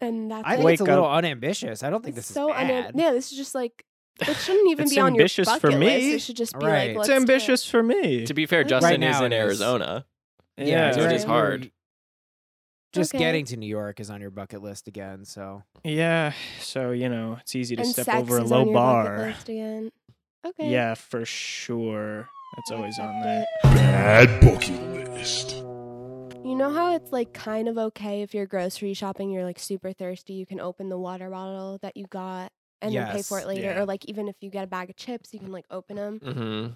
D: And that's
E: I
D: it.
E: think it's a
F: Wake
E: little unambitious. I don't think
D: It's
E: this
D: so
E: is
D: unan-
E: bad.
D: Yeah, this is just like it shouldn't even
F: It's
D: be on your
F: ambitious
D: bucket
F: for
D: list.
F: me.
D: It should just be
E: Right.
D: like
E: It's
F: It's
D: let's do it.
F: ambitious for me.
A: To be fair,
D: Right
A: Justin
E: now
A: is in
E: it is.
A: Arizona.
F: yeah,
E: it's
A: so it
E: right
A: is
E: when
A: hard.
E: you're- Just
D: Okay.
E: getting to New York is on your bucket list again. So
F: Yeah, so you know it's easy to
D: And
F: step
D: sex
F: over a
D: is
F: low
D: on your bucket
F: bar.
D: list again. Okay.
F: Yeah, for sure. That's
D: I
F: always
D: accept
F: on there.
D: it.
G: Bad Bucket List.
D: You know how it's like kind of okay if you're grocery shopping, you're like super thirsty, you can open the water bottle that you got and then pay for
E: Yes,
D: it later,
F: yeah.
D: or like even if you get a bag of chips, you can like open them.
A: Mm-hmm.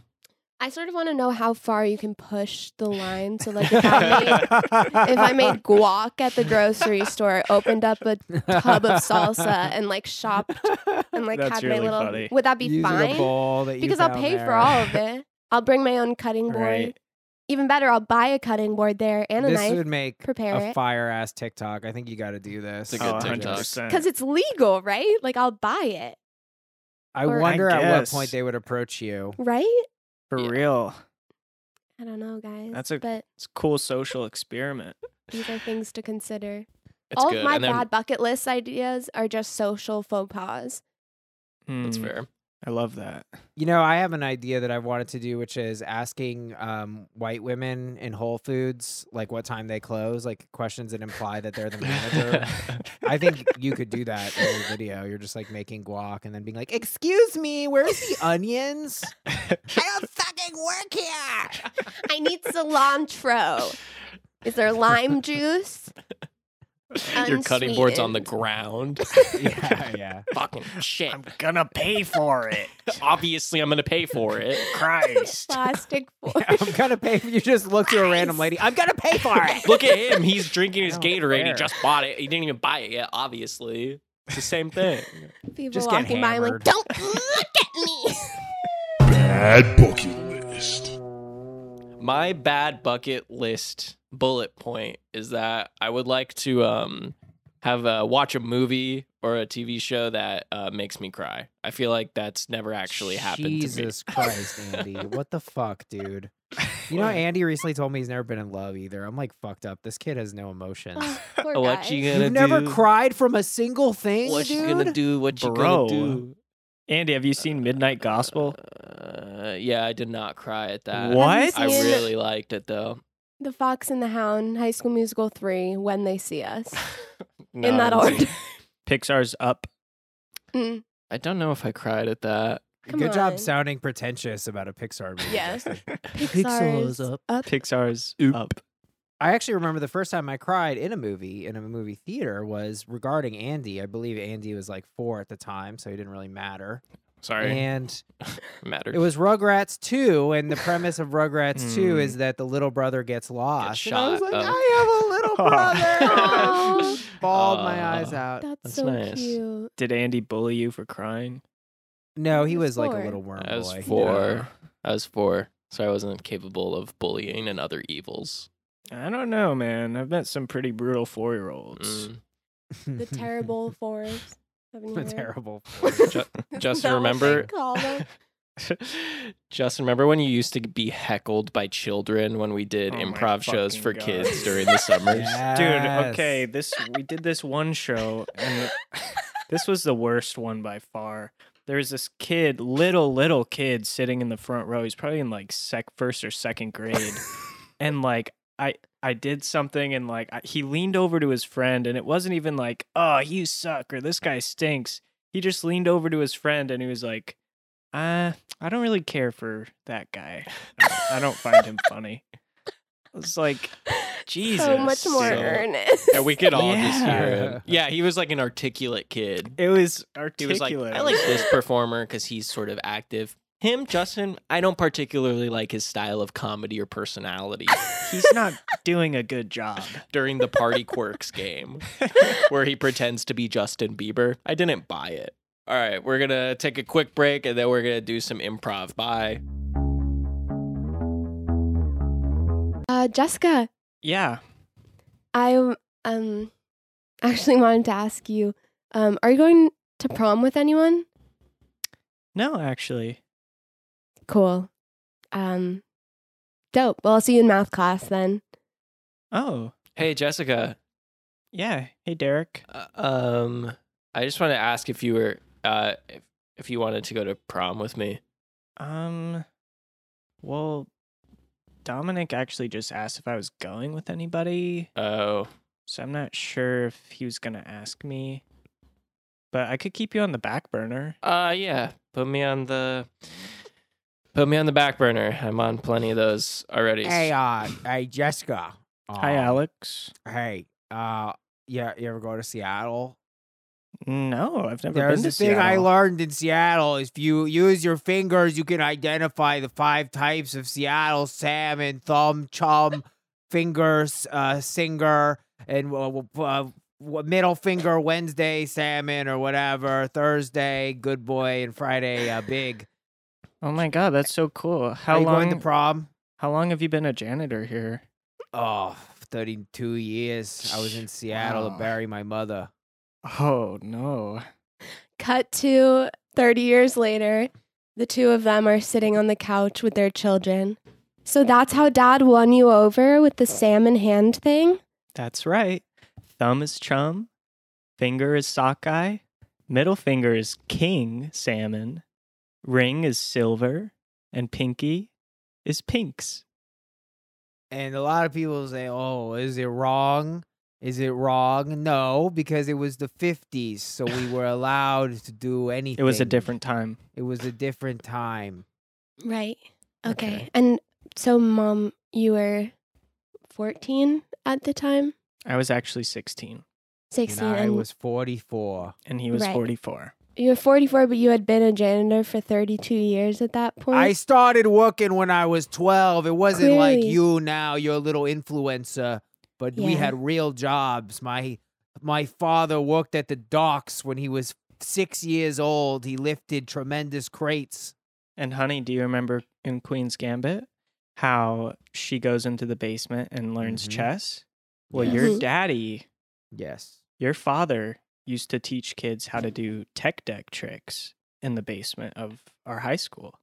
D: I sort of want to know how far you can push the line. So like if I made, if I made guac at the grocery store, opened up a tub of salsa and like shopped and like
F: That's
D: had
F: really
D: my little
F: funny.
D: would that be
E: Using a
D: fine
E: bowl that you
D: because i'll
E: found
D: pay for
E: there.
D: all of it i'll bring my own cutting board
F: Right.
D: even better i'll buy a cutting board there and a
E: this
D: knife
E: would make
D: prepare
E: a
D: it
E: fire ass TikTok. I think you got to do this.
A: It's a
F: Oh,
A: good
E: I
A: TikTok.
E: just-
F: 100%.
D: because it's legal right like i'll buy it
E: I
D: Or- I
E: wonder at what
F: guess.
E: point they would approach you.
D: right
F: for
A: Yeah.
F: real.
D: i don't know guys
F: That's a-
D: but
F: It's a cool social experiment.
D: these are things to consider
A: It's
D: all
A: good.
D: of my
A: and then,
D: bad bucket list ideas are just social faux pas
A: That's
F: Hmm.
A: fair.
F: I love that.
E: You know, I have an idea that I've wanted to do, which is asking um, white women in Whole Foods like what time they close, like questions that imply that they're the manager. I think you could do that in your video. You're just like making guac and then being like, "Excuse me, where's the onions? I don't fucking work here."
D: I need cilantro. Is there lime juice?
A: Your cutting board's on the
D: Unsweetened.
A: ground.
E: Yeah, yeah.
A: Fucking shit.
F: gonna pay for it.
A: Obviously, I'm gonna pay for it.
F: Christ.
D: plastic fork.
E: I'm gonna pay. You just look to a random lady. I'm gonna pay for it.
A: Look at him. He's drinking his
E: No,
A: Gatorade. He
E: fair.
A: just bought it. He didn't even buy it yet, obviously. It's the same thing.
D: People
E: Just get
D: walking by, I'm like,
E: hammered.
D: don't look at me.
G: Bad bucket list.
A: My bad bucket list bullet point is that I would like to um have uh watch a movie or a TV show that uh, makes me cry. I feel like that's never actually happened to me.
E: Jesus Christ, Andy. What the fuck, dude? You know, Andy recently told me he's never been in love either. I'm like fucked up. This kid has no emotions.
D: Oh, poor
A: What
D: guy.
A: you gonna
E: You've never
A: do?
E: cried from a single thing,
A: What
E: dude.
A: you gonna do? What you
F: Bro.
A: gonna do?
F: Andy, have you seen Midnight Gospel?
A: Uh, yeah, I did not cry at that.
F: What?
A: I
D: Seen-
A: really liked it though.
D: The Fox and the Hound, High School Musical 3, When They See Us.
A: No,
D: In that
A: I haven't
D: order.
A: seen it.
F: Pixar's Up.
D: Mm,
A: I don't know if I cried at that.
D: come
E: Good job
D: on.
E: sounding pretentious about a Pixar movie.
D: Yes.
E: Justin.
D: Pixar is up.
F: Pixar's Up.
E: I actually remember the first time I cried in a movie in a movie theater was regarding Andy. I believe Andy was like four at the time, so he didn't really matter.
A: Sorry,
E: And
A: matter.
E: It was Rugrats 2, and the premise of Rugrats 2
A: Hmm.
E: is that the little brother gets lost. and I was
A: shot
E: like,
A: up.
E: I have a little brother.
A: Oh.
D: Aw.
E: Bawled my eyes
A: Aw.
E: out.
D: That's,
A: That's
D: so
A: nice.
D: cute.
F: Did Andy bully you for crying?
E: No, he
D: He was
E: was like a
D: four.
E: little worm
A: I was
E: boy.
A: four. I was four, so I wasn't capable of bullying and other evils.
F: I don't know, man. I've met some pretty brutal four year olds.
A: Mm.
D: The terrible fours. Seven
E: the
D: year-
E: terrible.
A: Ju-
D: Is
A: just
D: that what they
A: remember,
D: call them?
A: just remember when you used to be heckled by children when we did
F: Oh my
A: improv shows
F: fucking
A: for
F: God.
A: kids during the summers.
F: Dude, okay, this we did this one show and this was the worst one by far. There was this kid, little little kid sitting in the front row. He's probably in like sec first or second grade. and like I I did something and like I, he leaned over to his friend and it wasn't even like, "Oh, you suck" or "This guy stinks." He just leaned over to his friend and he was like, "Uh, I don't really care for that guy. I, I don't find him funny." I was like, Jesus.
D: so much more
A: dude.
D: earnest.
A: And we could all just hear
E: Yeah.
A: him. Yeah, he was like an articulate kid.
F: It was
A: He was
F: articulate.
A: like, I like this performer because he's sort of active. Him, Justin, I don't particularly like his style of comedy or personality
F: He's not doing a good job.
A: during the Party Quirks game where he pretends to be Justin Bieber. I didn't buy it. All right, we're going to take a quick break and then we're going to do some improv. Bye.
D: Uh, Jessica,
F: Yeah.
D: I um actually wanted to ask you, um, are you going to prom with anyone?
F: No, actually.
D: Cool. Um, dope. Well, I'll see you in math class then.
F: Oh,
A: Hey, Jessica.
F: yeah. Hey, Derek.
A: Uh, um, I just want to ask if you were, uh, if, if you wanted to go to prom with me.
F: Um, well, Dominic actually just asked if I was going with anybody,
A: Oh,
F: so I'm not sure if he was gonna ask me. But I could keep you on the back burner.
A: uh, yeah. Put me on the, put me on the back burner. I'm on plenty of those already.
E: Hey, uh, hey, Jessica. Uh,
F: Hi, Alex.
E: Hey, uh, yeah, you ever go to Seattle?
F: No, I've never
E: There's
F: been to
E: a thing I
F: Seattle.
E: learned in Seattle. If you use your fingers, you can identify the five types of Seattle salmon: thumb, chum, fingers, uh, singer, and uh, uh, middle finger. Wednesday salmon or whatever. Thursday, good boy, and Friday, uh, big.
F: Oh my god, that's so cool.
E: Are
F: How
E: you
F: long?
E: going to prom?
F: how long have you been a janitor here?
E: Oh, 32 years. I was in Seattle
F: Wow.
E: to bury my mother.
F: Oh no.
D: Cut to 30 years later, the two of them are sitting on the couch with their children. So that's how dad won you over with the salmon hand thing?
F: That's right. Thumb is chum, finger is sockeye, middle finger is king salmon, Ring is silver, and pinky is pinks.
E: And a lot of people say, "Oh, is it wrong? Is it wrong?" No, because it was the 50s, so we were allowed to do anything.
F: It was a different time.
E: It was a different time.
D: Right. Okay.
F: Okay.
D: And so, mom, you were 14 at the time?
F: I was actually 16,
D: 16.
E: And I
D: and
E: was 44.
F: and he was
D: Right.
F: 44.
D: you were 44, but you had been a janitor for 32 years at that point.
E: I started working when I was 12. It wasn't like
D: Clearly.
E: you now, you're a little influencer, but we
D: Yeah.
E: had real jobs. My my father worked at the docks when he was 6 years old. He lifted tremendous crates.
F: And honey, do you remember in Queen's Gambit how she goes into the basement and learns
E: Mhm.
F: chess? Well,
D: Yes.
F: your
D: Mhm.
F: daddy,
E: Yes.
F: your father used to teach kids how to do tech deck tricks in the basement of our high school.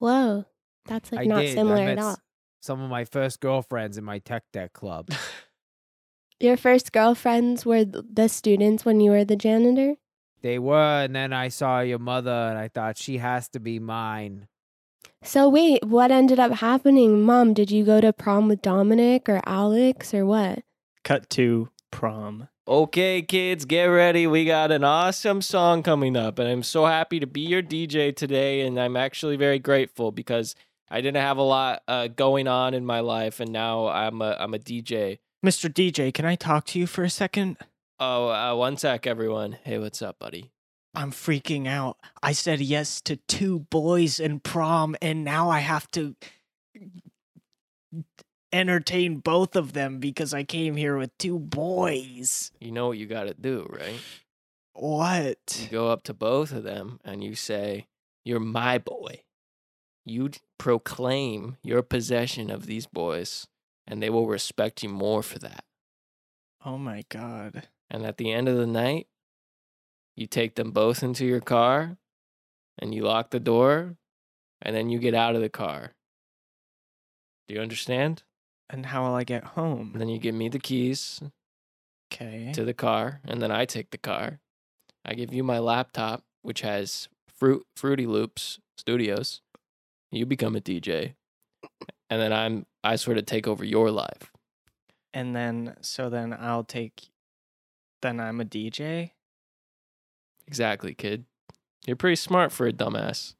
D: Whoa. That's like
E: I
D: not
E: did. I
D: similar
E: met
D: at
E: s-
D: all.
E: Some of my first girlfriends in my tech deck club.
D: Your first girlfriends were th- the students when you were the janitor?
E: They were, and then I saw your mother, and I thought she has to be mine.
D: So, wait, what ended up happening? Mom, did you go to prom with Dominic or Alex or what?
F: Cut to prom.
A: Okay, kids, get ready. We got an awesome song coming up, and I'm so happy to be your DJ today. And I'm actually very grateful because I didn't have a lot uh, going on in my life, and now I'm a I'm a DJ.
F: Mr. DJ, can I talk to you for a second?
A: Oh, uh, one sec, everyone. Hey, what's up, buddy?
F: I'm freaking out. I said yes to two boys in prom, and now I have to entertain both of them because I came here with two boys.
A: You know what you got to do, right? You
F: What?
A: go up to both of them and you say, You're my boy. You d- proclaim your possession of these boys, and they will respect you more for that.
F: Oh my god.
A: And at the end of the night, you take them both into your car and you lock the door, and then you get out of the car. Do you understand?
F: And how will I get
A: And
F: home?
A: then you give me the keys
F: Okay.
A: to the car, and then I take the car. I give you my laptop, which has fruit Fruity Loops Studios. You become a DJ, and then I'm I sort of take over your life.
F: And then, so then I'll take. Then I'm a DJ?
A: Exactly, kid. You're pretty smart for a dumbass.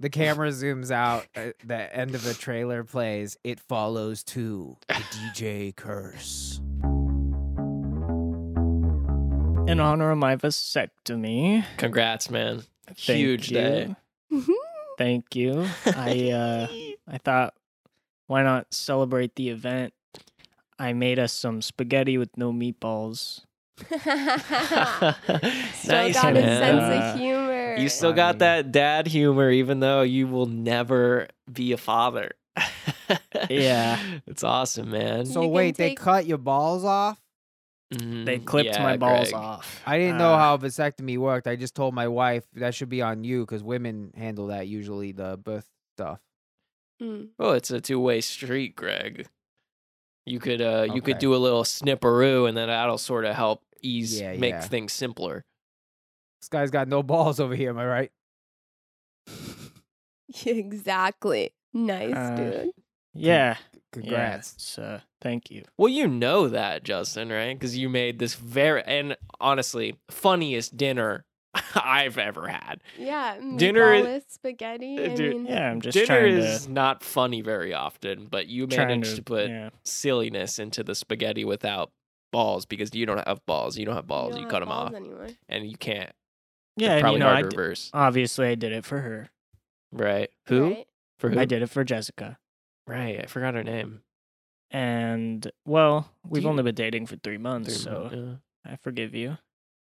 E: The camera zooms out. uh, the end of the trailer plays. It follows to the DJ curse.
F: In honor of my vasectomy.
A: Congrats, man.
F: Thank
A: Huge
F: you.
A: day.
D: Mm-hmm.
F: Thank you. I uh I thought why not celebrate the event? I made us some spaghetti with no meatballs.
D: uh, Still got his
F: man.
D: sense
F: Uh,
D: of humor.
A: You still
E: I
A: got
E: mean-
A: that dad humor, even though you will never be a father.
F: Yeah.
A: It's awesome, man.
D: You
E: So
D: can
E: wait,
D: take-
E: they cut your balls off?
A: Mm,
F: They clipped
A: yeah,
F: my balls
A: Greg.
F: off.
E: I didn't know
F: Uh,
E: how vasectomy worked. I just told my wife that should be on you because women handle that usually the birth stuff.
D: Mm.
A: Well, it's a two-way street, Greg. You could uh you could
E: Okay.
A: do a little snipperoo and then that'll sort of help ease
E: Yeah,
A: make
E: yeah.
A: things simpler.
E: This guy's got no balls over here. Am I right?
D: Mm. Exactly. Nice,
F: Uh,
D: dude.
F: Yeah.
E: Congrats.
F: Yeah, so thank you.
A: Well, you know that, Justin, right? Cuz you made this very and honestly, funniest dinner I've ever had.
D: Yeah.
A: dinner is-
D: meatball with spaghetti. I
A: Dude,
D: mean,
F: Yeah, I'm just
A: Mm, dinner
F: trying
A: is not funny very often, but you
F: to trying
A: managed
F: to,
A: to, put
F: yeah.
A: silliness into the spaghetti without balls because you don't have balls. You don't have balls.
D: don't
A: You,
D: have
A: cut 'em cut them
D: balls
A: off
D: Anymore.
A: and you can't.
F: Yeah,
A: it's
F: and you
A: probably
F: know, I
A: hard to
F: d-
A: reverse.
F: obviously I did it for her.
A: Right. Who?
D: Right.
A: For who?
F: I did it for Jessica.
A: Right. I forgot her name.
F: And well, we've
A: you-
F: only been dating for 3 months,
A: Three
F: so
A: months, yeah.
F: I forgive you.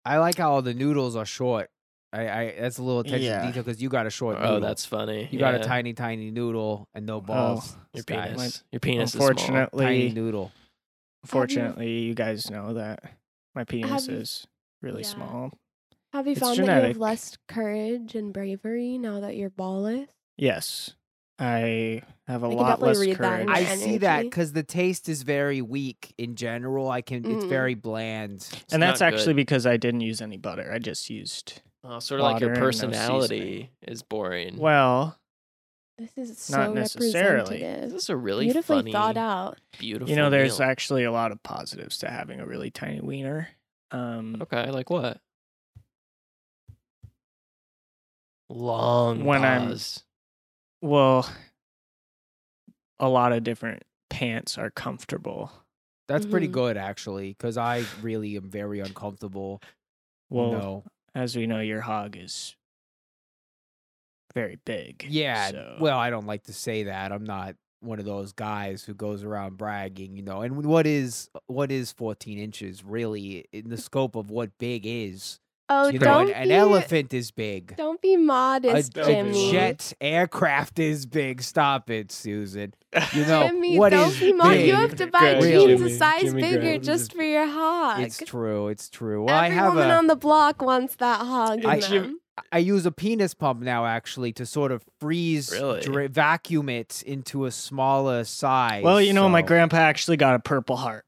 E: I like how all the noodles are short. I, I that's a little attention
F: Yeah.
E: to detail because you got a short.
A: Oh,
E: noodle.
A: that's funny.
E: you got a
A: Yeah.
E: tiny, tiny noodle and
F: Oh,
E: no balls.
A: your
E: This guy.
A: penis.
F: My-
A: your penis is small.
F: Unfortunately,
E: tiny noodle.
F: Fortunately, you guys know that my penis
D: you-
F: is really
D: Yeah.
F: small.
D: Have you
F: It's
D: found that you
F: genetic.
D: have less courage and bravery now that you're ballless?
F: Yes, I have a
D: I can
F: lot
D: definitely
F: less
D: read that
F: courage.
D: in
E: I
D: your
E: see that
D: energy.
E: because the taste is very weak in general. I can. It's
D: Mm.
E: very bland.
A: It's
F: and that's
A: not good.
F: actually because I didn't use any butter. I just used
A: Oh, sort of like
C: Water
A: your
C: and no
A: personality is
D: Mm-hmm.
A: boring.
F: Well,
D: This is so
F: Not necessarily.
A: This
D: representative.
A: is a really
D: Beautifully
A: funny,
D: thought out.
A: beautiful.
F: you know, there's
A: meal.
F: actually a lot of positives to having a really tiny wiener. Um,
A: okay, like what? Long
F: When I'm-
A: pause.
F: well, a lot of different pants are comfortable.
E: That's pretty
D: Mhm.
E: good actually, because I really am very uncomfortable.
F: Well,
E: no.
F: as we know, your hog is very big.
E: Yeah.
F: so-
E: Well, I don't like to say that. I'm not one of those guys who goes around bragging, you know. And what is what is 14 inches really in the scope of what big is?
D: Oh,
E: you know,
D: don't
E: an, an
D: be,
E: elephant is big.
D: Don't be modest,
E: a, a
D: Jimmy.
E: jet aircraft is big. Stop it, Susan. You know
D: Jimmy,
E: what
D: don't
E: is
D: be modest.
E: big?
D: You have to buy
E: Greg,
D: jeans
E: Jimmy,
D: a size
A: Jimmy
D: bigger
A: Greg.
D: just for your hog.
E: It's true. It's true. Well,
D: Every
E: I have
D: woman
E: a,
D: on the block wants that hog in
E: I-
D: them.
E: I use a penis pump now actually to sort of freeze
A: Really?
E: dra- vacuum it into a smaller size.
F: Well, you know, my
E: so-
F: grandpa actually got a purple heart,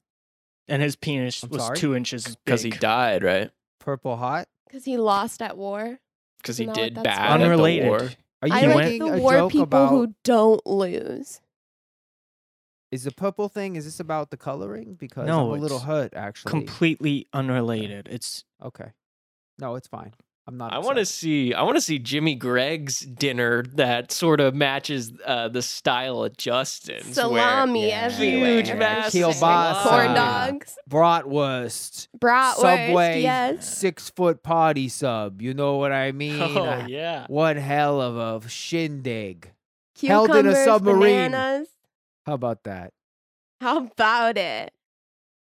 F: and his penis
E: I'm
F: was
E: sorry?
F: two inches as
A: Because he
F: big.
A: died, right?
E: Purple hot.
D: Because he lost at war.
A: Because he
D: No,
A: did
D: that's
A: bad
F: Unrelated.
A: at the war.
E: Are you
D: I like
E: making
D: the
E: a
D: war
E: joke
D: people
E: about?
D: who don't lose.
E: Is the purple thing? Is this about the coloring? Because
F: No,
E: I'm a little
F: it's
E: hurt actually.
F: Completely unrelated. It's
E: okay. No, it's fine. I'm not.
A: I want to
E: upset.
A: see. I want to see Jimmy Gregg's dinner that sort of matches uh, the style of Justin's.
D: Salami
E: Yeah.
D: everywhere.
A: Huge mass
E: Kielbasa.
D: Corn dogs.
E: bratwurst,
D: Bratwurst.
E: Subway,
D: Yes.
E: six foot potty sub. You know what I mean? Ah,
A: Where, oh yeah.
E: What hell of a shindig! Held
D: Cucumbers,
E: in a submarine.
D: bananas.
E: How about that?
D: How about it?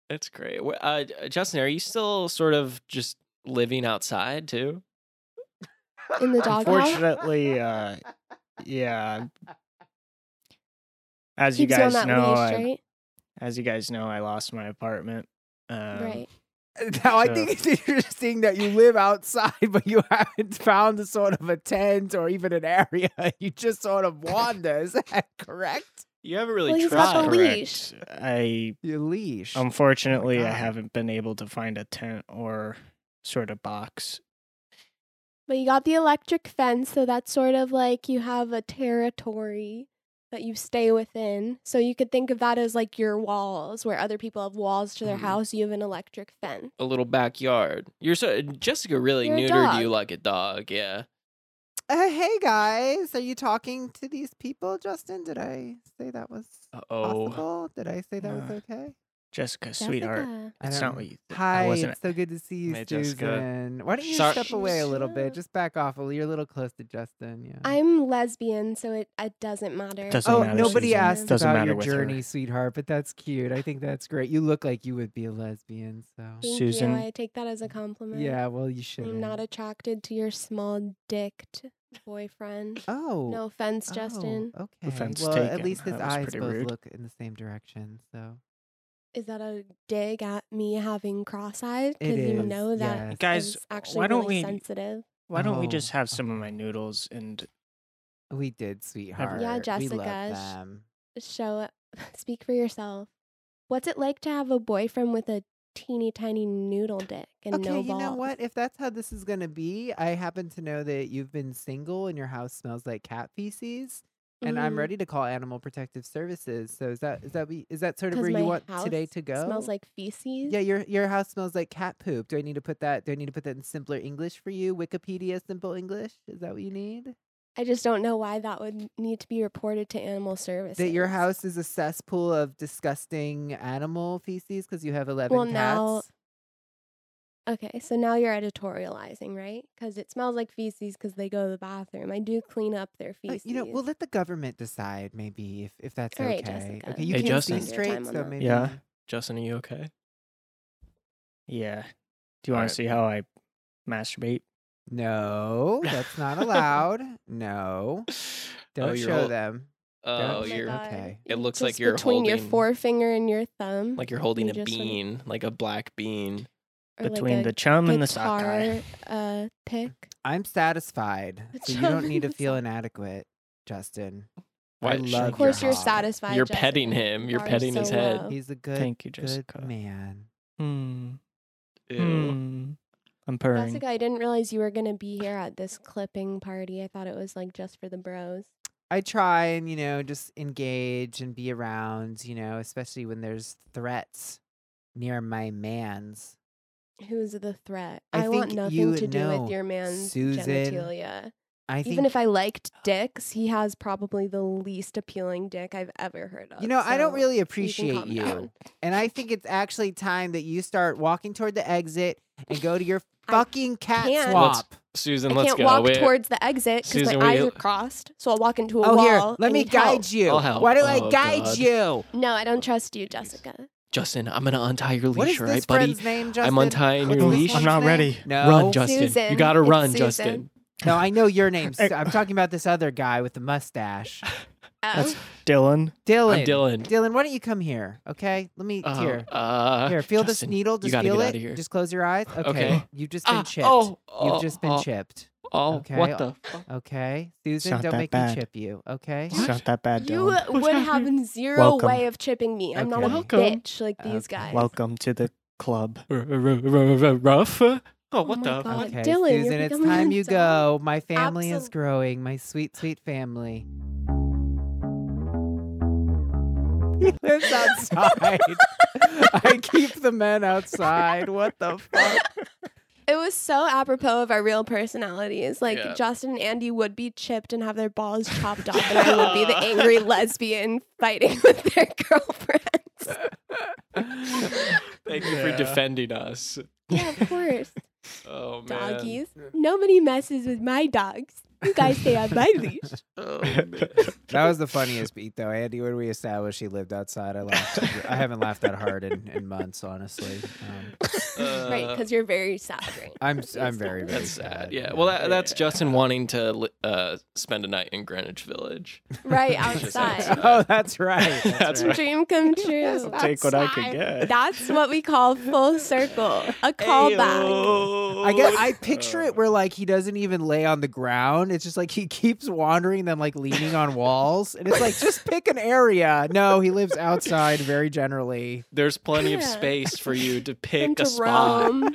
A: That's great. Wh- Uh, Justin, are you still sort of just living outside too?
D: In the doghouse?
F: unfortunately, uh, yeah. As you
D: Keeps
F: guys
D: on that
F: know,
D: leash,
F: I-
D: right?
F: as you guys know, I lost my apartment. Um,
D: right.
E: Now I
F: So-
E: think it's interesting that you live outside, but you haven't found a sort of a tent or even an area. You just sort of wander. Is that correct?
A: You haven't really
D: Well, he's got
A: tried.
D: the
F: Correct.
D: leash.
F: I
E: Your leash.
F: Um, unfortunately I
E: Oh God.
F: haven't been able to find a tent or sort of box.
D: But you got the electric fence, so that's sort of like you have a territory that you stay within. So you could think of that as like your walls, where other people have walls to their
A: Mhm.
F: Mm-hmm.
D: house. You have an electric fence.
A: a little backyard. You're so uh, Jessica really
D: You're a
A: neutered you
D: dog.
A: like a dog. Yeah.
E: Uh, hey guys, are you talking to these people, Justin? Did I say that was
A: Oh,
E: possible? Did I say that was
F: Uh,
E: okay?
F: Jessica, sweetheart.
D: Jessica.
E: I
F: That's
E: don't
F: not
E: know.
F: what you th- I
E: Hi,
F: wasn't
E: it's so good to see you,
A: Hey, Jessica.
E: Susan. Why don't you
A: Sorry-
E: step away a little bit?
D: Shut up.
E: Just back off a little. You're a little close to Justin. Yeah.
D: I'm lesbian, so it, it doesn't matter.
F: Doesn't
E: Oh,
F: matter,
E: nobody
F: Susan.
E: asked
F: Doesn't
E: about
F: matter
E: your
F: with her.
E: journey, sweetheart, but that's cute. I think that's great. You look like you would be a lesbian, so
D: Thank
F: Susan.
D: You. I take that as a compliment.
E: yeah. Well, you should.
D: I'm not attracted to your small dicked boyfriend.
E: Oh,
D: No offense,
E: oh,
D: Justin.
E: Okay.
F: Offense
E: well, at
F: taken.
E: least his
F: That was
E: eyes
F: pretty
E: both
F: rude.
E: look in the same direction. So
D: Is that a dig at me having cross eyed?
E: It
D: Because you
E: is,
D: know that
E: yes.
F: Guys,
D: is actually
F: why don't
D: really
F: we-
D: sensitive.
F: Why don't we
E: Oh,
F: just have some of
E: okay.
F: my noodles and
E: we did, sweetheart. We
D: Jessica,
E: love
D: sh-
E: them.
D: Show speak for yourself. What's it like to have a boyfriend with a teeny tiny noodle dick and
E: okay,
D: no
E: you
D: balls?
E: know what? If that's how this is gonna be, I happen to know that you've been single and your house smells like cat feces. And I'm
D: Mhm.
E: ready to call Animal Protective Services. So is that is that we is that sort of
D: 'Cause
E: where
D: my
E: you want
D: house
E: today to go?
D: Smells like feces.
E: Yeah, your your house smells like cat poop. Do I need to put that? Do I need to put that in simpler English for you? Wikipedia simple English. Is that what you need?
D: I just don't know why that would need to be reported to animal services.
E: That your house is a cesspool of disgusting animal feces because you have eleven
D: Well,
E: cats.
D: now- Okay, so now you're editorializing, right? Because it smells like feces because they go to the bathroom. I do clean up their
E: Uh,
D: feces.
E: you know, we'll let the government decide maybe if, if that's
D: All right,
E: okay.
D: Jessica,
E: Okay, you
A: Hey,
E: can't
A: Justin.
E: see
A: Your
E: straight,
D: time on
E: so
D: that.
E: maybe.
F: Yeah.
A: Justin, are you okay?
F: yeah. Do you want
A: Alright.
F: to see how I masturbate?
E: No, that's not allowed. No, don't
A: oh, you're
E: show
A: hol-
E: them.
A: Oh,
E: Oh my
A: you're
E: God. okay.
A: It looks like
D: Just
A: you're
D: between your
A: holding-
D: forefinger and your thumb,
A: like you're holding
D: You
A: a
D: just sort of-
A: bean, like a black bean.
D: or
F: Between
D: like
F: the
D: a
F: chum and the sock
D: guitar
F: eye.
D: uh, pick.
E: I'm satisfied,
D: But
E: so you don't need to
D: Justin-
E: feel inadequate, Justin.
A: Why-
E: I love
D: Of course,
E: your
D: you're
E: hog.
D: satisfied.
A: You're
D: Jessica.
A: petting him. You're
D: Bars
A: petting his
D: so
A: head.
D: low.
E: He's a good,
F: Thank you,
E: good
F: Jessica.
E: man.
F: Hmm.
A: Ew.
F: Hmm. I'm purring.
D: Jessica, I didn't realize you were gonna be here at this clipping party. I thought it was like just for the bros.
E: I try and you know just engage and be around, you know, especially when there's threats near my man's.
D: Who's the threat?
E: I
D: I, want
E: think
D: nothing
E: you
D: to do
E: know,
D: with your man's
E: Susan.
D: genitalia.
E: I think
D: Even if I liked dicks, he has probably the least appealing dick I've ever heard of.
E: you know, I don't
D: so
E: really
D: you can
E: appreciate
D: calm
E: you,
D: down.
E: and I think it's actually time that you start walking toward the exit and go to your
D: I
E: fucking cat
D: can't.
A: Let's-
E: swap.
A: Susan,
D: I
A: let's
D: can't
A: go.
D: walk
A: Wait,
D: towards the exit because
A: Susan,
D: my
A: will
D: eyes
A: you-
D: are crossed. So I'll walk into a
E: Oh,
D: wall.
E: here, let
D: I
E: me
D: need help.
E: guide you.
A: I'll help.
E: Why do I
A: Oh,
E: guide
A: God.
E: you?
D: No, I don't trust you, Jessica. Um,
A: Justin, I'm gonna untie your leash,
E: What is
A: all
E: this
A: right, buddy?
E: friend's name, Justin?
A: I'm untying
E: What
A: your
E: is this
A: leash.
F: I'm
E: one's
F: not
E: name?
F: ready.
E: No.
A: Run, Justin. you
D: Susan,
A: gotta
D: it's
A: run,
D: Susan.
A: Justin.
E: No, I know your name. Stu- I'm talking about this other guy with the mustache.
D: Oh,
F: That's Dylan.
E: Dylan.
A: I'm Dylan.
E: Dylan, why don't you come here? Okay, let me
A: Oh,
E: here.
A: uh,
E: Here, feel
A: Justin,
E: this needle.
A: You
E: Just
A: gotta
E: feel
A: get
E: it.
A: out of here.
E: Just close your eyes. Okay,
A: Okay.
E: you've just been
A: Ah,
E: chipped.
A: Oh, oh,
E: you've just been
A: oh,
E: chipped.
A: Oh,
E: Okay,
A: what
E: oh,
A: the? fuck?
E: Okay, Susan,
F: not
E: don't
F: that
E: make
F: bad.
E: me chip you. Okay.
F: It's not that bad,
D: you
F: Dylan.
D: would have zero
F: Welcome.
D: way of chipping me. I'm not a
E: Okay.
A: Welcome.
D: bitch like these
E: Okay.
D: guys.
F: Welcome to the club.
A: Rough? Oh,
D: Oh
A: what
D: my
A: the?
D: God.
A: fuck?
E: Okay,
D: Dylan, you're
E: Susan, it's
D: becoming
E: time you go.
D: adult.
E: My family is
D: Absol-
E: growing. My sweet, sweet family. Lives outside. I keep the men outside. What the fuck?
D: It was so apropos of our real personalities. Like
A: Yeah.
D: Justin and Andy would be chipped and have their balls chopped off, and I would be the angry lesbian fighting with their girlfriends.
A: Thank you for defending us.
D: Yeah, of course.
A: Oh man.
D: Doggies. Nobody messes with my dogs. You guys stay on my leash.
A: Oh, man.
E: That was the funniest beat, though, Andy. When we established he lived outside, I laughed. I haven't laughed that hard in, in months, honestly. Um,
D: right,
A: Uh,
D: because you're very sad right now.
E: I'm s- I'm very very
A: That's sad.
E: sad.
A: Yeah. Well, that, that's Justin wanting to li- uh, spend a night in Greenwich Village.
D: Right
A: Just
D: outside.
A: outside.
E: oh, that's right.
A: That's
E: right.
D: Dream come true.
F: I'll take what I could get.
D: That's what we call full circle, a callback.
E: I guess I picture
A: Oh.
E: it where like he doesn't even lay on the ground. It's just like he keeps wandering, then like leaning on walls, and it's like just pick an area. No, he lives outside very generally.
A: There's plenty of
D: Yeah.
A: space for you to
D: Come
A: pick
D: to
A: a spot.
D: Rome.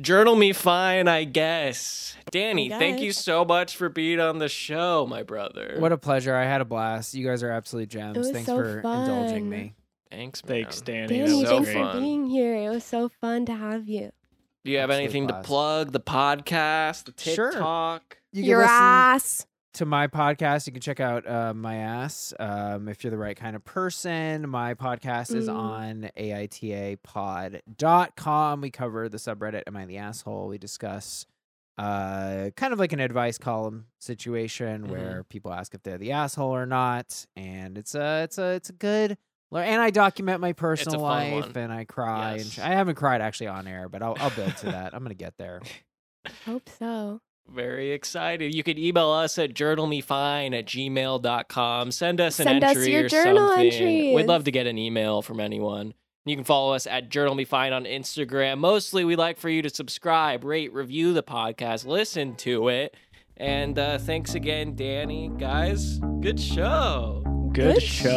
A: Journal me fine, I guess. Danny,
D: I
A: thank you so much for being on the show, my brother.
E: What a pleasure! I had a blast. You guys are absolute gems.
D: was
E: Thanks
D: so
E: for indulging
D: fun.
E: me.
A: thanks, man.
F: Thanks, Danny.
A: That
D: Danny,
A: was
D: thanks
A: so
D: for
A: fun.
D: being here. It was so fun to have you.
A: Do you have
E: Absolute
A: anything
E: blast.
A: to plug? The podcast, the
E: Sure.
A: TikTok.
E: You
D: Your ass.
E: to my podcast. You can check out uh, my ass um, if you're the right kind of person. My podcast is
D: Mm.
E: on aitapod.com. We cover the subreddit Am I the Asshole? We discuss uh, kind of like an advice column situation
A: Mm-hmm.
E: where people ask if they're the asshole or not, and it's a it's a it's a good. And I document my personal
A: fun
E: life,
A: one.
E: and I cry. And sh-
A: Yes.
E: I haven't cried actually on air, but I'll, I'll build to that. I'm gonna get there.
D: Hope so.
A: Very excited. You could email us at journalmefine at gmail.com. Send us an
D: Send us
A: entry
D: your
A: or
D: journal
A: something. We'd
D: entries.
A: love to get an email from anyone. You can follow us at journalmefine on Instagram. Mostly, we'd like for you to subscribe, rate, review the podcast, listen to it. And uh, thanks again, Danny. Guys, good show.
F: Good, show.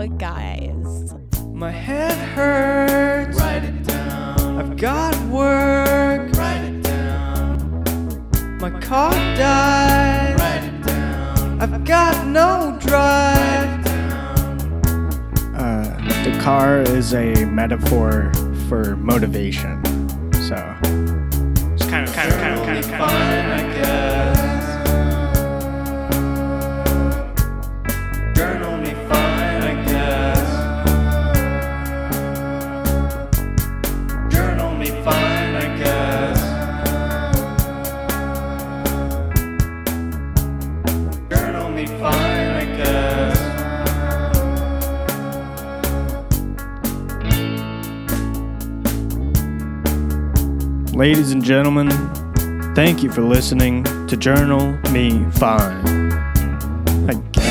D: show, guys.
B: My head hurts. Write it down. I've got work. Write it down. My car died. Write it down. I've got no drive.
C: Uh, the car is a metaphor for motivation. So it's kind of, kind of, kind of, kind of, kind of.
B: Journal me fine, I guess. Journal me fine, I guess. Journal me fine, I guess.
F: Ladies and gentlemen, thank you for listening to Journal Me Fine. I guess.